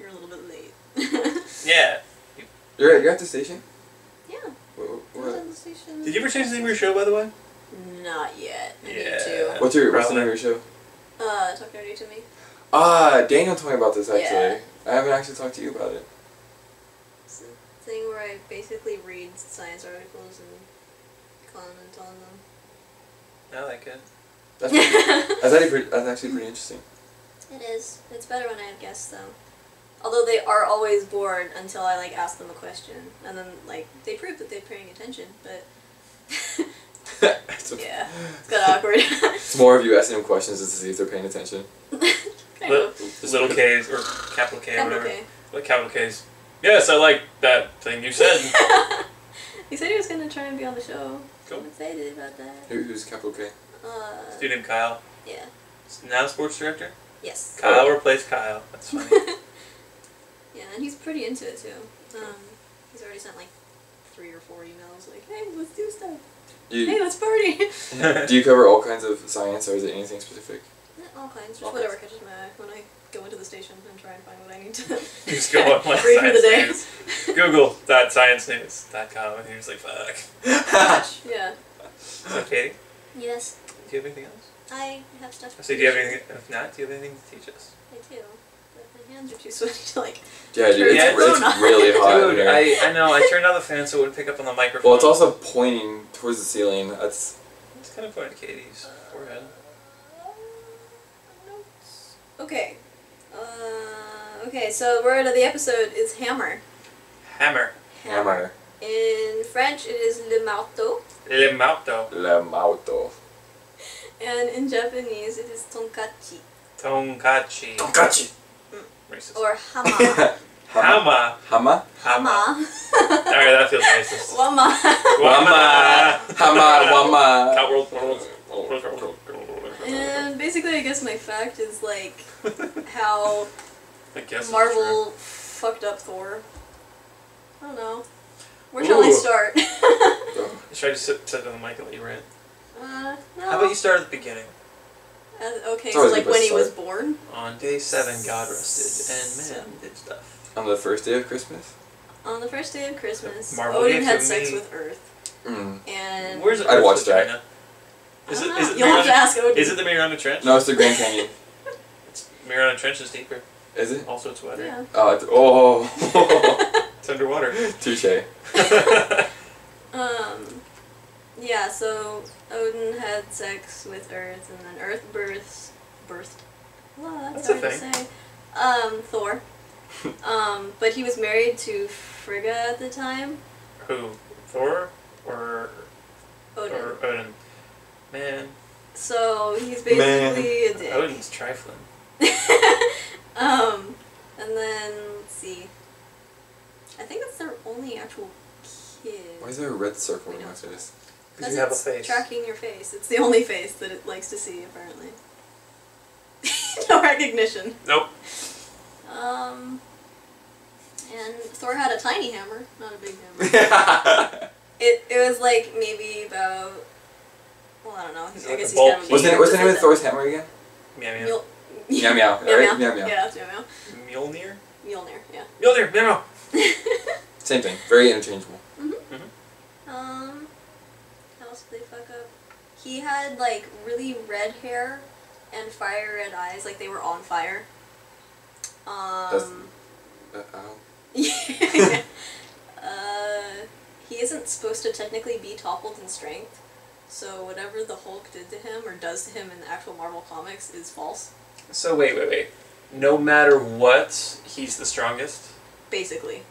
[SPEAKER 3] You're a little bit late.
[SPEAKER 2] Yeah.
[SPEAKER 4] You're at, you're at the station?
[SPEAKER 3] yeah, I
[SPEAKER 4] What,
[SPEAKER 3] was
[SPEAKER 4] what,
[SPEAKER 2] Mm-hmm.
[SPEAKER 3] at the station.
[SPEAKER 2] Did you ever change the name of your show, by the way?
[SPEAKER 3] Not yet. I
[SPEAKER 2] Yeah.
[SPEAKER 3] need to.
[SPEAKER 4] what's your what's the
[SPEAKER 2] Probably.
[SPEAKER 4] name of your show?
[SPEAKER 3] Uh, talk dirty to me.
[SPEAKER 4] Ah, Daniel told me about this actually.
[SPEAKER 3] Yeah.
[SPEAKER 4] I haven't actually talked to you about it.
[SPEAKER 3] It's a thing where I basically read science articles and comment on them.
[SPEAKER 2] I like it.
[SPEAKER 4] That's pretty, that's, actually pretty, that's actually pretty interesting.
[SPEAKER 3] it is. It's better when I have guests though. Although they are always bored until I like ask them a question, and then like they prove that they're paying attention. But
[SPEAKER 4] it's,
[SPEAKER 3] yeah, it's kind of awkward.
[SPEAKER 4] it's more of you asking them questions just to see if they're paying attention.
[SPEAKER 3] kind of.
[SPEAKER 4] Just
[SPEAKER 2] Little K's or capital K,
[SPEAKER 3] I'm
[SPEAKER 2] whatever.
[SPEAKER 3] okay.
[SPEAKER 2] Like capital K's. Yes, I like that thing you said.
[SPEAKER 3] he said he was gonna try and be on the show.
[SPEAKER 2] Cool.
[SPEAKER 3] I'm excited about that.
[SPEAKER 4] Who, who's capital K?
[SPEAKER 3] Uh,
[SPEAKER 2] Dude named Kyle.
[SPEAKER 3] yeah.
[SPEAKER 2] now sports director.
[SPEAKER 3] Yes.
[SPEAKER 2] Kyle replaced Kyle. That's funny.
[SPEAKER 3] yeah, and he's pretty into it too. Um, he's already sent like three or four emails like, hey, let's do stuff. Hey,
[SPEAKER 4] You,
[SPEAKER 3] let's party.
[SPEAKER 4] do you cover all kinds of science, or is it anything specific?
[SPEAKER 3] Not All kinds,
[SPEAKER 4] All
[SPEAKER 3] just whatever catches my eye when I go into the station and try and find what I need to
[SPEAKER 2] Just go on like
[SPEAKER 3] read for the day.
[SPEAKER 2] science Google dot science news dot com, and he was like, "Fuck."
[SPEAKER 3] yeah.
[SPEAKER 2] So Katie,
[SPEAKER 3] Yes,
[SPEAKER 2] do you have anything else?
[SPEAKER 3] I have stuff.
[SPEAKER 2] I say, do you have anything? If not, do you have anything to teach us?
[SPEAKER 3] I do, but my hands are too sweaty to like.
[SPEAKER 4] yeah, dude, it's,
[SPEAKER 2] Yeah,
[SPEAKER 4] re- it's
[SPEAKER 3] it's not.
[SPEAKER 4] really hot in
[SPEAKER 2] Dude,
[SPEAKER 4] here.
[SPEAKER 2] I, I know. I turned on the fan so it would pick up on the microphone.
[SPEAKER 4] well, it's also pointing towards the ceiling. That's
[SPEAKER 2] It's kind of pointing at
[SPEAKER 3] uh,
[SPEAKER 2] Katie's forehead.
[SPEAKER 3] Okay. Uh, okay. So word of the episode is hammer.
[SPEAKER 2] Hammer.
[SPEAKER 4] hammer.
[SPEAKER 3] In French, it is le marteau,
[SPEAKER 2] Le mauto.
[SPEAKER 4] Le mauto.
[SPEAKER 3] and in Japanese, it is tonkatchi
[SPEAKER 2] Tonkachi.
[SPEAKER 4] Tonkachi.
[SPEAKER 2] Racist.
[SPEAKER 3] or hama.
[SPEAKER 4] Hama.
[SPEAKER 2] Hama.
[SPEAKER 4] Hama.
[SPEAKER 2] Hama.
[SPEAKER 3] hama.
[SPEAKER 2] Alright, that feels racist.
[SPEAKER 3] Wama.
[SPEAKER 4] Wama. Hama. Wama.
[SPEAKER 2] Cat world, world, world,
[SPEAKER 3] and basically, I guess my fact is like how
[SPEAKER 2] I guess it's true.
[SPEAKER 3] Eh. Marvel fucked up Thor. I don't know. Where shall I
[SPEAKER 2] Ooh.
[SPEAKER 3] start?
[SPEAKER 2] Should I just sit, sit on the mic and let you rant?
[SPEAKER 3] uh, no.
[SPEAKER 2] How about you start at the beginning?
[SPEAKER 3] Uh, okay,
[SPEAKER 4] It's
[SPEAKER 3] so
[SPEAKER 4] always a
[SPEAKER 3] like
[SPEAKER 4] good
[SPEAKER 3] when he
[SPEAKER 4] start.
[SPEAKER 3] was born.
[SPEAKER 2] On day seven, God rested, and man did stuff.
[SPEAKER 4] On the first day of Christmas.
[SPEAKER 3] On the first day of Christmas,
[SPEAKER 2] Marvel
[SPEAKER 3] Odin
[SPEAKER 2] gave
[SPEAKER 3] had
[SPEAKER 2] to
[SPEAKER 3] sex
[SPEAKER 2] me-
[SPEAKER 3] with Earth,
[SPEAKER 4] Mm.
[SPEAKER 3] and
[SPEAKER 2] Where's it?
[SPEAKER 4] I'd watch that.
[SPEAKER 2] China? Is
[SPEAKER 3] I
[SPEAKER 2] it,
[SPEAKER 3] don't
[SPEAKER 2] is
[SPEAKER 3] know.
[SPEAKER 2] it
[SPEAKER 3] You'll have to
[SPEAKER 2] Mariana,
[SPEAKER 3] ask Odin.
[SPEAKER 2] is it the Mariana Trench?
[SPEAKER 4] No, it's the Grand Canyon.
[SPEAKER 2] It's, Mariana Trench is deeper.
[SPEAKER 4] Is it?
[SPEAKER 2] Also, it's wetter.
[SPEAKER 3] yeah.
[SPEAKER 4] Oh, it's, oh.
[SPEAKER 2] It's underwater.
[SPEAKER 4] Touche.
[SPEAKER 3] Um, yeah. So Odin had sex with Earth, and then Earth births birthed. Well, that's,
[SPEAKER 2] That's a
[SPEAKER 3] hard to say. Um, Thor. um, but he was married to Frigga at the time.
[SPEAKER 2] Who? Thor or
[SPEAKER 3] Odin.
[SPEAKER 2] or Odin? Man,
[SPEAKER 3] So he's
[SPEAKER 4] Man.
[SPEAKER 3] basically a dick.
[SPEAKER 2] Odin's trifling.
[SPEAKER 3] um, and then let's see. I think that's their only actual kid.
[SPEAKER 4] Why is there a red circle in my face?
[SPEAKER 2] Because you have a
[SPEAKER 3] it's
[SPEAKER 2] face.
[SPEAKER 3] Tracking your face. It's the only face that it likes to see, apparently. no recognition.
[SPEAKER 2] Nope.
[SPEAKER 3] Um, and Thor had a tiny hammer, not a big hammer.
[SPEAKER 4] wasn't
[SPEAKER 3] it it was like maybe about. Well, I don't know.
[SPEAKER 2] Is it
[SPEAKER 3] I
[SPEAKER 2] like
[SPEAKER 3] guess
[SPEAKER 2] a
[SPEAKER 3] he's kind
[SPEAKER 2] bulky-
[SPEAKER 3] of.
[SPEAKER 4] it, what's the name of Thor's hammer again?
[SPEAKER 2] Meow meow.
[SPEAKER 3] Mjol-
[SPEAKER 4] Meow meow.
[SPEAKER 3] Meow
[SPEAKER 4] Right?
[SPEAKER 3] meow.
[SPEAKER 4] Meow meow.
[SPEAKER 3] Yeah, it's meow
[SPEAKER 2] Mjolnir.
[SPEAKER 3] meow. Mjolnir, yeah.
[SPEAKER 2] Mjolnir. Meow meow.
[SPEAKER 4] Same thing. Very interchangeable.
[SPEAKER 3] Um, how else did they fuck up? He had like really red hair and fire red eyes, like they were on fire. Um,
[SPEAKER 4] Uh, oh.
[SPEAKER 3] yeah. uh, he isn't supposed to technically be toppled in strength, so whatever the Hulk did to him or does to him in the actual Marvel comics is false,
[SPEAKER 2] So wait, wait, wait. No matter what, he's the strongest.
[SPEAKER 3] basically.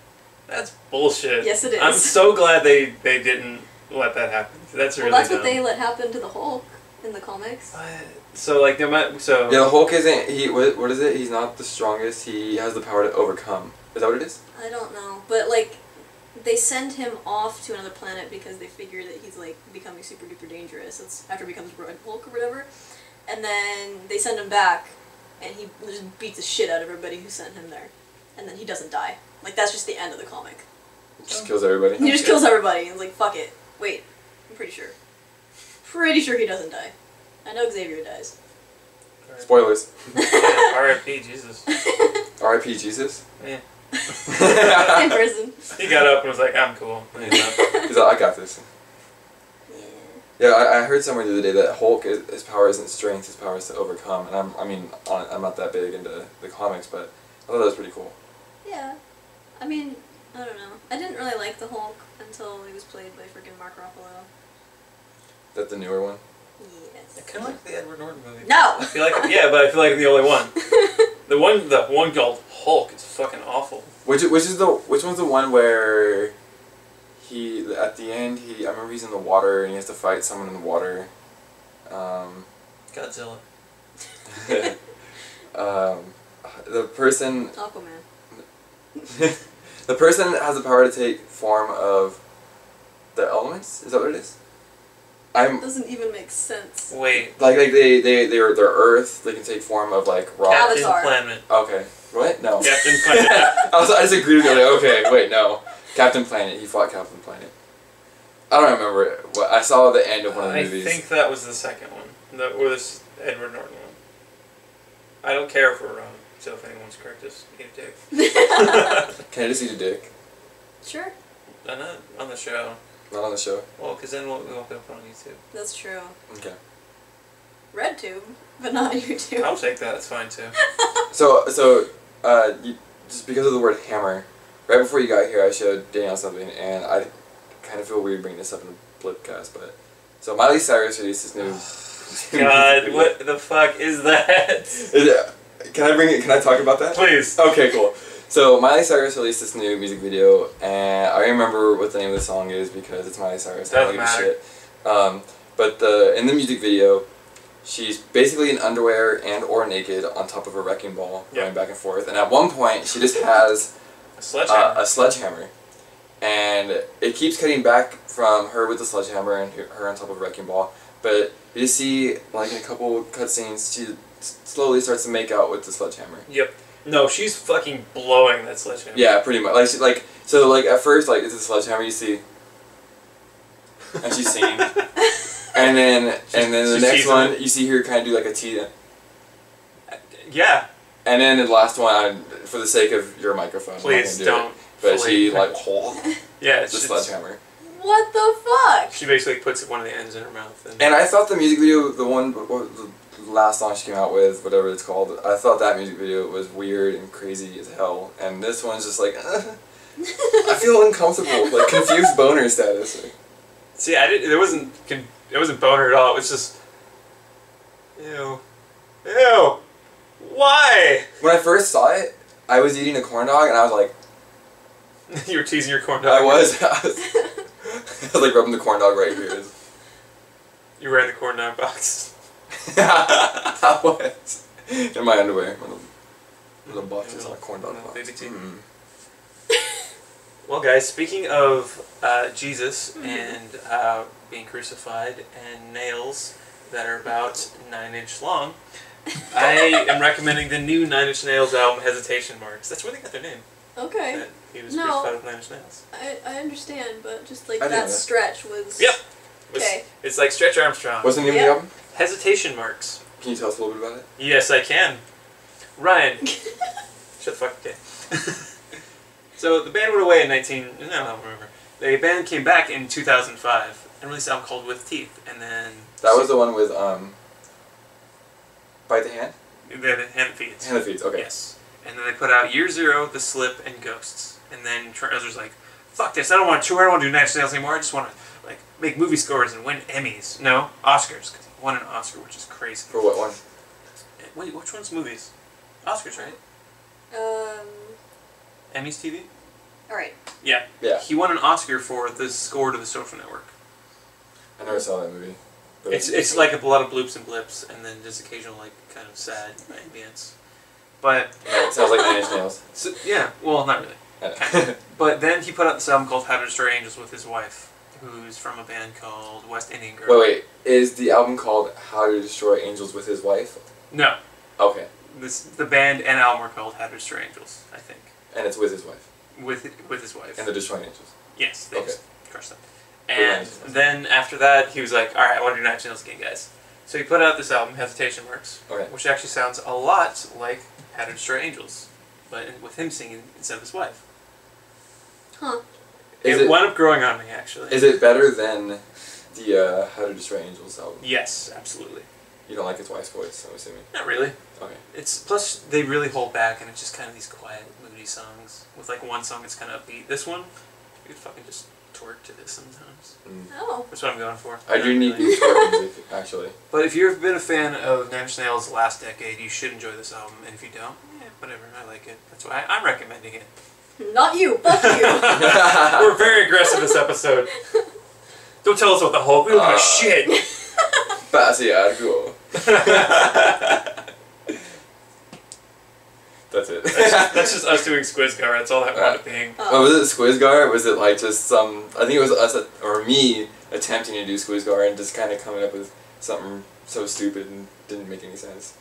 [SPEAKER 2] That's bullshit.
[SPEAKER 3] Yes, it
[SPEAKER 2] I'm
[SPEAKER 3] is.
[SPEAKER 2] so glad they they didn't let that happen. That's really
[SPEAKER 3] well, that's what
[SPEAKER 2] dumb.
[SPEAKER 3] they let happen to the Hulk in the comics.
[SPEAKER 2] What? So like no matter so
[SPEAKER 4] Yeah, the Hulk isn't. He what, what is it? He's not the strongest. He has the power to overcome. Is that what it is?
[SPEAKER 3] I don't know, but like they send him off to another planet because they figure that he's like becoming super duper dangerous. It's after he becomes Red Hulk or whatever, and then they send him back, and he just beats the shit out of everybody who sent him there, and then he doesn't die. Like that's just the end of the comic.
[SPEAKER 4] He just kills everybody.
[SPEAKER 3] Oh. He just
[SPEAKER 2] Okay.
[SPEAKER 3] kills everybody and is like fuck it. Wait, I'm pretty sure. Pretty sure he doesn't die. I know Xavier dies.
[SPEAKER 4] Spoilers.
[SPEAKER 2] R.I.P. Jesus.
[SPEAKER 4] R.I.P. Jesus.
[SPEAKER 2] Yeah.
[SPEAKER 3] In
[SPEAKER 4] He's
[SPEAKER 3] prison.
[SPEAKER 2] He got up and was like, I'm cool. And he's up.
[SPEAKER 4] like, I got this.
[SPEAKER 3] Yeah.
[SPEAKER 4] Yeah, I, I heard somewhere the other day that Hulk is, his power isn't strength. His power is to overcome. And I'm I mean on, I'm not that big into the comics, but I thought that was pretty cool.
[SPEAKER 3] Yeah. I mean, I don't know. I didn't really like the Hulk until he was played by freaking Mark Ruffalo.
[SPEAKER 4] That the newer one.
[SPEAKER 2] I
[SPEAKER 3] Yes.
[SPEAKER 2] kind of like the Edward Norton movie.
[SPEAKER 3] No!
[SPEAKER 2] I feel like yeah, but I feel like I'm the only one. The one the one called Hulk is fucking awful.
[SPEAKER 4] Which which is the which one's the one where he at the end he I remember he's in the water and he has to fight someone in the water. Um,
[SPEAKER 2] Godzilla.
[SPEAKER 4] um, the person
[SPEAKER 3] Aquaman.
[SPEAKER 4] the person has the power to take form of the elements. Is that what it is? I'm
[SPEAKER 3] doesn't even make sense.
[SPEAKER 2] Wait.
[SPEAKER 4] like like they they they're they're Earth. They can take form of like rock.
[SPEAKER 3] Avatar.
[SPEAKER 2] Captain Planet.
[SPEAKER 4] Okay, what? No,
[SPEAKER 2] Captain Planet.
[SPEAKER 4] I was I just agreed with you. Like, okay, wait, no, Captain Planet. He fought Captain Planet. I don't remember it. What I saw the end of one of the
[SPEAKER 2] I
[SPEAKER 4] movies.
[SPEAKER 2] think that was the second one. That was Edward Norton one. I don't care if we're wrong, so if anyone's correct, just eat a dick.
[SPEAKER 4] Can I just eat a dick?
[SPEAKER 3] sure,
[SPEAKER 2] I'm not on the show.
[SPEAKER 4] Not on the show.
[SPEAKER 2] Well, because then we'll, we won't be up on YouTube.
[SPEAKER 3] that's true.
[SPEAKER 4] Okay.
[SPEAKER 3] RedTube, but not YouTube.
[SPEAKER 2] I'll take that. It's fine too.
[SPEAKER 4] So so uh, you, just because of the word hammer, right before you got here, I showed Danielle something, and I kind of feel weird bringing this up in a blipcast, but so Miley Cyrus released this new.
[SPEAKER 2] God, what the fuck is that?
[SPEAKER 4] Is it- Can I bring it? Can I talk about that?
[SPEAKER 2] Please.
[SPEAKER 4] Okay, cool. So Miley Cyrus released this new music video, and I remember what the name of the song is because it's Miley Cyrus. I don't
[SPEAKER 2] Doesn't
[SPEAKER 4] give a shit. Um, but the in the music video, she's basically in underwear and or naked on top of a wrecking ball,
[SPEAKER 2] Yeah.
[SPEAKER 4] going back and forth. And at one point, she just has
[SPEAKER 2] A sledgehammer.
[SPEAKER 4] uh, a sledgehammer, and it keeps cutting back from her with the sledgehammer and her her on top of a wrecking ball. But you just see like in a couple cutscenes, she s- slowly starts to make out with the sledgehammer.
[SPEAKER 2] yep. No, she's fucking blowing that sledgehammer.
[SPEAKER 4] Yeah, pretty much. Like she, like so like at first like it's a sledgehammer you see, and she's singing, and then and then the
[SPEAKER 2] She's
[SPEAKER 4] next
[SPEAKER 2] teasing
[SPEAKER 4] one
[SPEAKER 2] it.
[SPEAKER 4] you see her kind of do like a T,
[SPEAKER 2] yeah.
[SPEAKER 4] and then the last one I, for the sake of your microphone, I'm not gonna
[SPEAKER 2] Please
[SPEAKER 4] do it.
[SPEAKER 2] don't.
[SPEAKER 4] But
[SPEAKER 2] fully-
[SPEAKER 4] she like
[SPEAKER 2] Yeah.
[SPEAKER 4] the
[SPEAKER 2] It's just,
[SPEAKER 4] sledgehammer.
[SPEAKER 3] what the fuck?
[SPEAKER 2] she basically puts one of the ends in her mouth. And,
[SPEAKER 4] And I thought the music video, the one, what, the last song she came out with, whatever it's called, I thought that music video was weird and crazy as hell. And this one's just like, I feel uncomfortable, like confused boner status. Like,
[SPEAKER 2] see, I didn't. It wasn't. con- It wasn't boner at all. It was just. Ew. Ew. Why?
[SPEAKER 4] When I first saw it, I was eating a corn dog and I was like,
[SPEAKER 2] you were teasing your corn dog.
[SPEAKER 4] I was, I was, I was like rubbing the corn dog right here.
[SPEAKER 2] You were in the corn dog box.
[SPEAKER 4] I was in my underwear. One of the- one of the boxes on a corn dog
[SPEAKER 2] Little
[SPEAKER 4] box.
[SPEAKER 2] baby teeth.
[SPEAKER 4] Mm.
[SPEAKER 2] Well, guys, speaking of uh, Jesus
[SPEAKER 3] Mhm.
[SPEAKER 2] and uh, being crucified and nails that are about nine inch long, I am recommending the new Nine Inch Nails album, Hesitation Marks. That's where they got their name.
[SPEAKER 3] Okay,
[SPEAKER 2] That he was
[SPEAKER 3] No.
[SPEAKER 2] crucified with nine inch nails.
[SPEAKER 3] I, I understand, but just like
[SPEAKER 4] I didn't know
[SPEAKER 3] that
[SPEAKER 4] that.
[SPEAKER 3] stretch was.
[SPEAKER 2] Yep. It was-
[SPEAKER 3] Okay.
[SPEAKER 2] It's like Stretch Armstrong.
[SPEAKER 4] What's the name
[SPEAKER 3] Yeah.
[SPEAKER 4] of the album?
[SPEAKER 2] Hesitation Marks.
[SPEAKER 4] Can you tell us a little bit about it?
[SPEAKER 2] Yes, I can. Ryan, Shut the fuck up. so the band went away in 19. No, I don't remember. The band came back in 2005 and released an album called With Teeth, and then
[SPEAKER 4] That was the one with um. Bite the hand.
[SPEAKER 2] the, the Hand Feeds.
[SPEAKER 4] Hand of feeds. Okay.
[SPEAKER 2] Yes. And then they put out Year Zero, The Slip, and Ghosts. And then Trent was like, "Fuck this! I don't want to tour. I don't want to do national sales anymore. I just want to like make movie scores and win Emmys. No, Oscars. 'cause he won an Oscar, which is crazy.
[SPEAKER 4] For what one?
[SPEAKER 2] Eh, Wait, which one's movies? Oscars, right?
[SPEAKER 3] Um.
[SPEAKER 2] Emmys TV.
[SPEAKER 3] All right.
[SPEAKER 2] Yeah.
[SPEAKER 4] Yeah.
[SPEAKER 2] He won an Oscar for the score to The Social Network.
[SPEAKER 4] I never saw that movie. But
[SPEAKER 2] It's it's like a lot of bloops and blips, and then just occasional like kind of sad ambience. But
[SPEAKER 4] No, it sounds like Nine Inch Nails.
[SPEAKER 2] so, yeah, well, not really.
[SPEAKER 4] I know.
[SPEAKER 2] But then he put out this album called How to Destroy Angels with his wife, who's from a band called West Indian Girl.
[SPEAKER 4] wait, wait. Is the album called How to Destroy Angels with His Wife?
[SPEAKER 2] No,
[SPEAKER 4] Okay,
[SPEAKER 2] this the band and album are called How to Destroy Angels, I think,
[SPEAKER 4] and it's with his wife
[SPEAKER 2] with with his wife.
[SPEAKER 4] and the Destroying Angels.
[SPEAKER 2] yes, they
[SPEAKER 4] Okay.
[SPEAKER 2] just crushed them.
[SPEAKER 4] We're
[SPEAKER 2] And
[SPEAKER 4] nice.
[SPEAKER 2] then after that, he was like, "All right, I want to do Nine Inch Nails again, guys." So he put out this album, Hesitation Works,
[SPEAKER 4] Okay.
[SPEAKER 2] which actually sounds a lot like How to Destroy Angels, but with him singing instead of his wife.
[SPEAKER 3] Huh.
[SPEAKER 4] Is
[SPEAKER 2] It,
[SPEAKER 4] it,
[SPEAKER 2] wound up growing on me, actually.
[SPEAKER 4] is it better than the uh, How to Destroy Angels album?
[SPEAKER 2] yes, absolutely.
[SPEAKER 4] You don't like his wife's voice, I'm assuming.
[SPEAKER 2] Not really.
[SPEAKER 4] Okay.
[SPEAKER 2] It's plus they really hold back, and it's just kind of these quiet, moody songs. With like one song, it's kind of upbeat. This one, you could fucking just twerk to this sometimes.
[SPEAKER 4] Mm.
[SPEAKER 3] Oh.
[SPEAKER 2] That's what I'm going for.
[SPEAKER 4] I do need new tour music, actually.
[SPEAKER 2] But if you've been a fan of Nine Inch Nails last decade, you should enjoy this album. And if you don't, yeah, whatever. I like it. That's why I, I'm recommending it.
[SPEAKER 3] Not you. Fuck you.
[SPEAKER 2] We're very aggressive this episode. Don't tell us about the Hulk. We don't give
[SPEAKER 4] Uh.
[SPEAKER 2] a shit.
[SPEAKER 4] Basia, cool. That's it.
[SPEAKER 2] That's just, that's just us doing Squizgar.
[SPEAKER 4] Uh.
[SPEAKER 2] That's all that wound up being.
[SPEAKER 4] Oh, was it Squizgar? Or was it like just some? I think it was us at, or me attempting to do Squeeze Guard and just kind of coming up with something so stupid and didn't make any sense.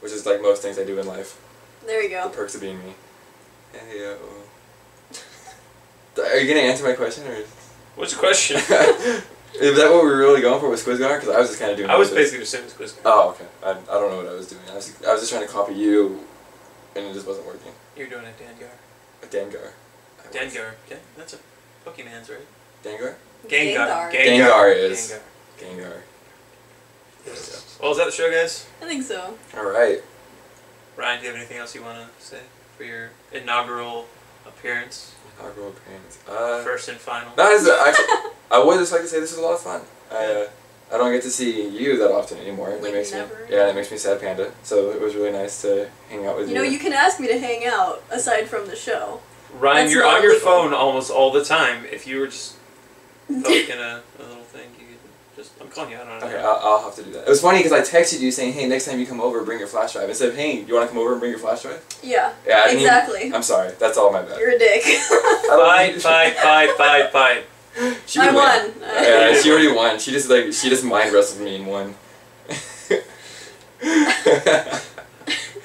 [SPEAKER 4] Which is like most things I do in life.
[SPEAKER 3] There you
[SPEAKER 4] The
[SPEAKER 3] go.
[SPEAKER 4] perks of being me. Hey, uh, Are you gonna answer my question or?
[SPEAKER 2] What's the question?
[SPEAKER 4] is that what we were really going for with Squiz Guard? Because I was just kind of doing.
[SPEAKER 2] I was
[SPEAKER 4] this.
[SPEAKER 2] basically just saying this quiz.
[SPEAKER 4] Oh, okay. I, I don't know what I was doing. I was, I was just trying to copy you, and it just wasn't working. Uh,
[SPEAKER 2] You're doing a Dangar.
[SPEAKER 4] Dangar. I was-
[SPEAKER 2] Dangar. Okay, that's a Pokemon's right.
[SPEAKER 4] Dangar.
[SPEAKER 2] Gengar.
[SPEAKER 4] Gengar. Gengar is.
[SPEAKER 2] Gengar.
[SPEAKER 4] Gengar.
[SPEAKER 2] Well, is that the show, guys?
[SPEAKER 3] I think so.
[SPEAKER 4] All right.
[SPEAKER 2] Ryan, do you have anything else you want to say for your inaugural appearance,
[SPEAKER 4] Inaugural appearance. Uh,
[SPEAKER 2] first and final?
[SPEAKER 4] that is uh, actually. I would just like to say this was a lot of fun. I, uh, I don't get to see you that often anymore. That
[SPEAKER 3] Like
[SPEAKER 4] makes me.
[SPEAKER 3] never.
[SPEAKER 4] Yeah, that makes me sad, Panda. So it was really nice to hang out with
[SPEAKER 3] You
[SPEAKER 4] you.
[SPEAKER 3] know, you can ask me to hang out aside from the show.
[SPEAKER 2] Ryan,
[SPEAKER 3] That's
[SPEAKER 2] you're
[SPEAKER 3] not
[SPEAKER 2] on your
[SPEAKER 3] legal.
[SPEAKER 2] phone almost all the time. If you were just poking a, a little thing, you could just. I'm calling you out on it.
[SPEAKER 4] Okay, I'll, I'll have to do that. It was funny because I texted you saying, "Hey, next time you come over, bring your flash drive." Instead of, "Hey, you want to come over and bring your flash drive?"
[SPEAKER 3] yeah,
[SPEAKER 4] Yeah, I didn't even-
[SPEAKER 3] exactly.
[SPEAKER 4] I'm sorry. That's all my bad.
[SPEAKER 3] You're a dick.
[SPEAKER 4] I
[SPEAKER 2] Fight,
[SPEAKER 4] don't-
[SPEAKER 2] fight, fight, fight, fight.
[SPEAKER 4] She
[SPEAKER 3] I
[SPEAKER 4] would win.
[SPEAKER 3] won.
[SPEAKER 4] Yeah, she already won. She just like she just mind wrestled me and won.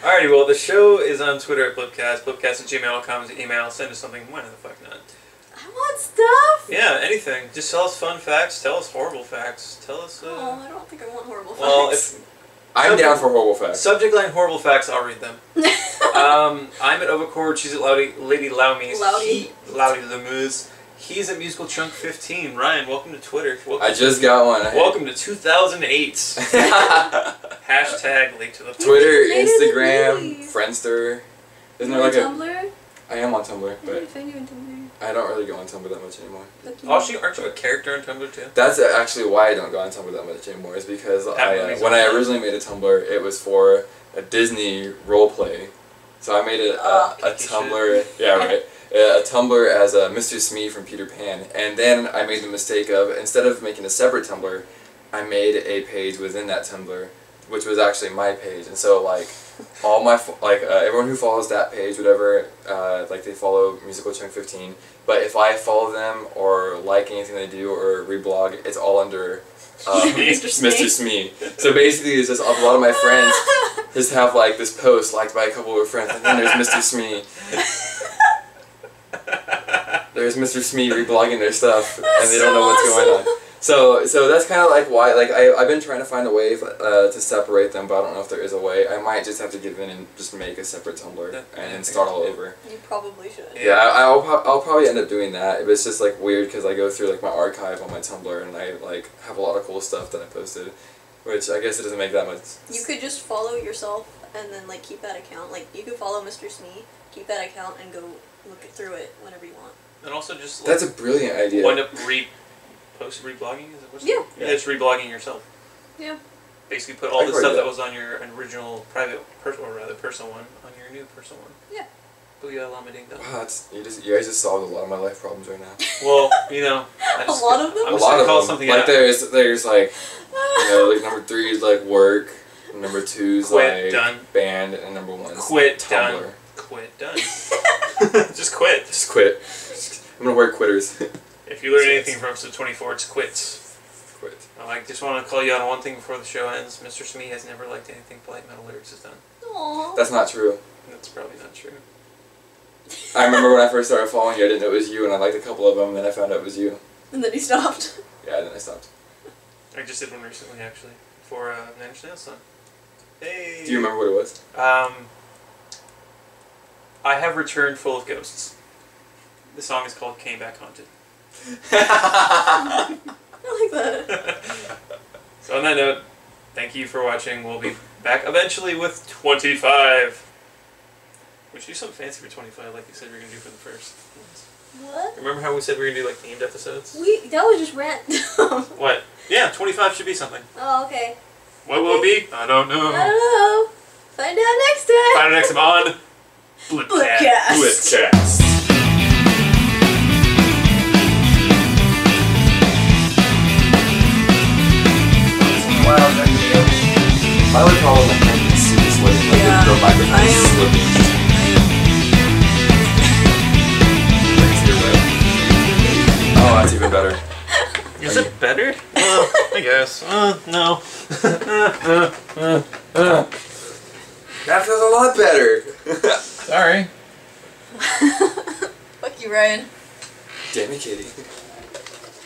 [SPEAKER 2] Alrighty, well, the show is on Twitter at Blipcast. Blipcast at gmail.com is the email. Send us something. Why the fuck not?
[SPEAKER 3] I want stuff.
[SPEAKER 2] Yeah, anything. Just tell us fun facts. Tell us horrible facts. Tell us.
[SPEAKER 3] Oh,
[SPEAKER 2] Uh,
[SPEAKER 3] I don't think I want horrible
[SPEAKER 2] well,
[SPEAKER 3] facts.
[SPEAKER 2] if,
[SPEAKER 4] I'm down for horrible facts.
[SPEAKER 2] subject line horrible facts, I'll read them. Um, I'm at Overcord. She's at Loudy, Lady Loumies.
[SPEAKER 3] Loudy.
[SPEAKER 2] He, Loudy the Moose. He's at Musical Chunk 15. Ryan, welcome to Twitter. Welcome,
[SPEAKER 4] I just got one.
[SPEAKER 2] welcome to 2008. Hashtag late to the
[SPEAKER 3] Later
[SPEAKER 4] Twitter,
[SPEAKER 3] than
[SPEAKER 4] Instagram,
[SPEAKER 3] me.
[SPEAKER 4] Friendster. Isn't there
[SPEAKER 3] You're
[SPEAKER 4] like
[SPEAKER 3] on
[SPEAKER 4] a?
[SPEAKER 3] Tumblr?
[SPEAKER 4] I am on
[SPEAKER 3] I
[SPEAKER 4] Tumblr,
[SPEAKER 3] need
[SPEAKER 4] but
[SPEAKER 3] to find you on Tumblr.
[SPEAKER 4] I don't really go on Tumblr that much anymore.
[SPEAKER 3] Fuck you.
[SPEAKER 2] Oh, she, aren't you a character on Tumblr too?
[SPEAKER 4] That's actually why I don't go on Tumblr that much anymore. Is because I, uh,
[SPEAKER 2] movie's
[SPEAKER 4] when
[SPEAKER 2] on
[SPEAKER 4] I
[SPEAKER 2] there.
[SPEAKER 4] originally made a Tumblr, it was for a Disney role play. So I made a, a,
[SPEAKER 3] Oh,
[SPEAKER 4] a
[SPEAKER 2] you should.
[SPEAKER 4] Tumblr, yeah, right, a Tumblr as a Mr. Smee from Peter Pan, and then I made the mistake of instead of making a separate Tumblr, I made a page within that Tumblr, which was actually my page, and so like all my fo- like uh, everyone who follows that page, whatever, uh, like they follow Musical Chunk Fifteen. But if I follow them or like anything they do or reblog, it's all under uh,
[SPEAKER 3] Mr. Smee.
[SPEAKER 4] Mr. Smee. So basically, it's just a lot of my friends just have like this post liked by a couple of their friends, and then there's Mr. Smee. There's Mr. Smee reblogging their stuff, and they don't know what's going on. So, so that's kind of like why, like I, I've been trying to find a way uh, to separate them, but I don't know if there is a way. I might just have to give in and just make a separate Tumblr and, and start all over.
[SPEAKER 3] You probably should.
[SPEAKER 4] Yeah, I, I'll, pro- I'll probably end up doing that. It's just like weird because I go through like my archive on my Tumblr and I like have a lot of cool stuff that I posted, which I guess it doesn't make that much.
[SPEAKER 3] You could just follow yourself and then like keep that account. Like you could follow Mr. Smee, keep that account, and go look it through it whenever you want.
[SPEAKER 2] And also just like,
[SPEAKER 4] That's a brilliant idea.
[SPEAKER 2] wind up re post reblogging? Is it what's it-
[SPEAKER 3] Yeah.
[SPEAKER 2] yeah. It's reblogging yourself.
[SPEAKER 3] Yeah.
[SPEAKER 2] Basically, put all
[SPEAKER 4] I
[SPEAKER 2] the
[SPEAKER 4] heard
[SPEAKER 2] stuff
[SPEAKER 4] that.
[SPEAKER 2] that was on your original private, personal, or rather personal one, on your new personal one.
[SPEAKER 3] Yeah.
[SPEAKER 2] Booyah Lama Ding Dong.
[SPEAKER 4] Wow, that's, you just you guys just solved a lot of my life problems right now.
[SPEAKER 2] Well, you know, I
[SPEAKER 3] A
[SPEAKER 2] just,
[SPEAKER 3] lot of them?
[SPEAKER 2] I'm
[SPEAKER 4] a
[SPEAKER 2] just
[SPEAKER 4] lot
[SPEAKER 2] gonna
[SPEAKER 4] of
[SPEAKER 2] call
[SPEAKER 4] them.
[SPEAKER 2] something
[SPEAKER 4] like
[SPEAKER 2] out.
[SPEAKER 4] there's there's like you know like number three is like work, number two is
[SPEAKER 2] Quit,
[SPEAKER 4] like
[SPEAKER 2] done.
[SPEAKER 4] band, and number one is
[SPEAKER 2] Quit,
[SPEAKER 4] Tumblr.
[SPEAKER 2] done. Quit, done. just quit.
[SPEAKER 4] Just quit. I'm gonna wear quitters.
[SPEAKER 2] If you learn anything from episode 24, it's quits.
[SPEAKER 4] quit.
[SPEAKER 2] Well, I just want to call you out on one thing before the show ends. Mr. Smee has never liked anything Polite Metal Lyrics has done.
[SPEAKER 3] Aww.
[SPEAKER 4] That's not true.
[SPEAKER 2] That's probably not true.
[SPEAKER 4] I remember when I first started following you, I didn't know it was you, and I liked a couple of them, and then I found out it was you.
[SPEAKER 3] and then he stopped.
[SPEAKER 4] Yeah, then I stopped.
[SPEAKER 2] I just did one recently, actually, for uh, Nine Inch Nails song. Hey!
[SPEAKER 4] Do you remember what it was?
[SPEAKER 2] Um, I have returned full of ghosts. The song is called Came Back Haunted.
[SPEAKER 3] I like that.
[SPEAKER 2] So on that note, thank you for watching. We'll be back eventually with 25. We should do something fancy for 25 like you said we were going to do for the first.
[SPEAKER 3] What?
[SPEAKER 2] Remember how we said we were going to do like themed episodes?
[SPEAKER 3] We that was just random.
[SPEAKER 2] What? Yeah, 25 should be something.
[SPEAKER 3] oh okay.
[SPEAKER 2] What will it be? I don't know.
[SPEAKER 3] I don't know. Find out next time.
[SPEAKER 2] Find out next time on Blipcast.
[SPEAKER 3] Blipcast.
[SPEAKER 4] Blitcast. Wow, that video. My only problem with that is this was like
[SPEAKER 3] Yeah,
[SPEAKER 4] the, the microphone
[SPEAKER 3] I
[SPEAKER 4] is
[SPEAKER 3] am-
[SPEAKER 4] slipping just like, to your lip. Oh, that's even better.
[SPEAKER 2] Is it I guess. Uh, no. Uh, uh, uh.
[SPEAKER 4] That feels a lot better.
[SPEAKER 2] Sorry.
[SPEAKER 3] Fuck you, Ryan.
[SPEAKER 4] Damn it, Kitty.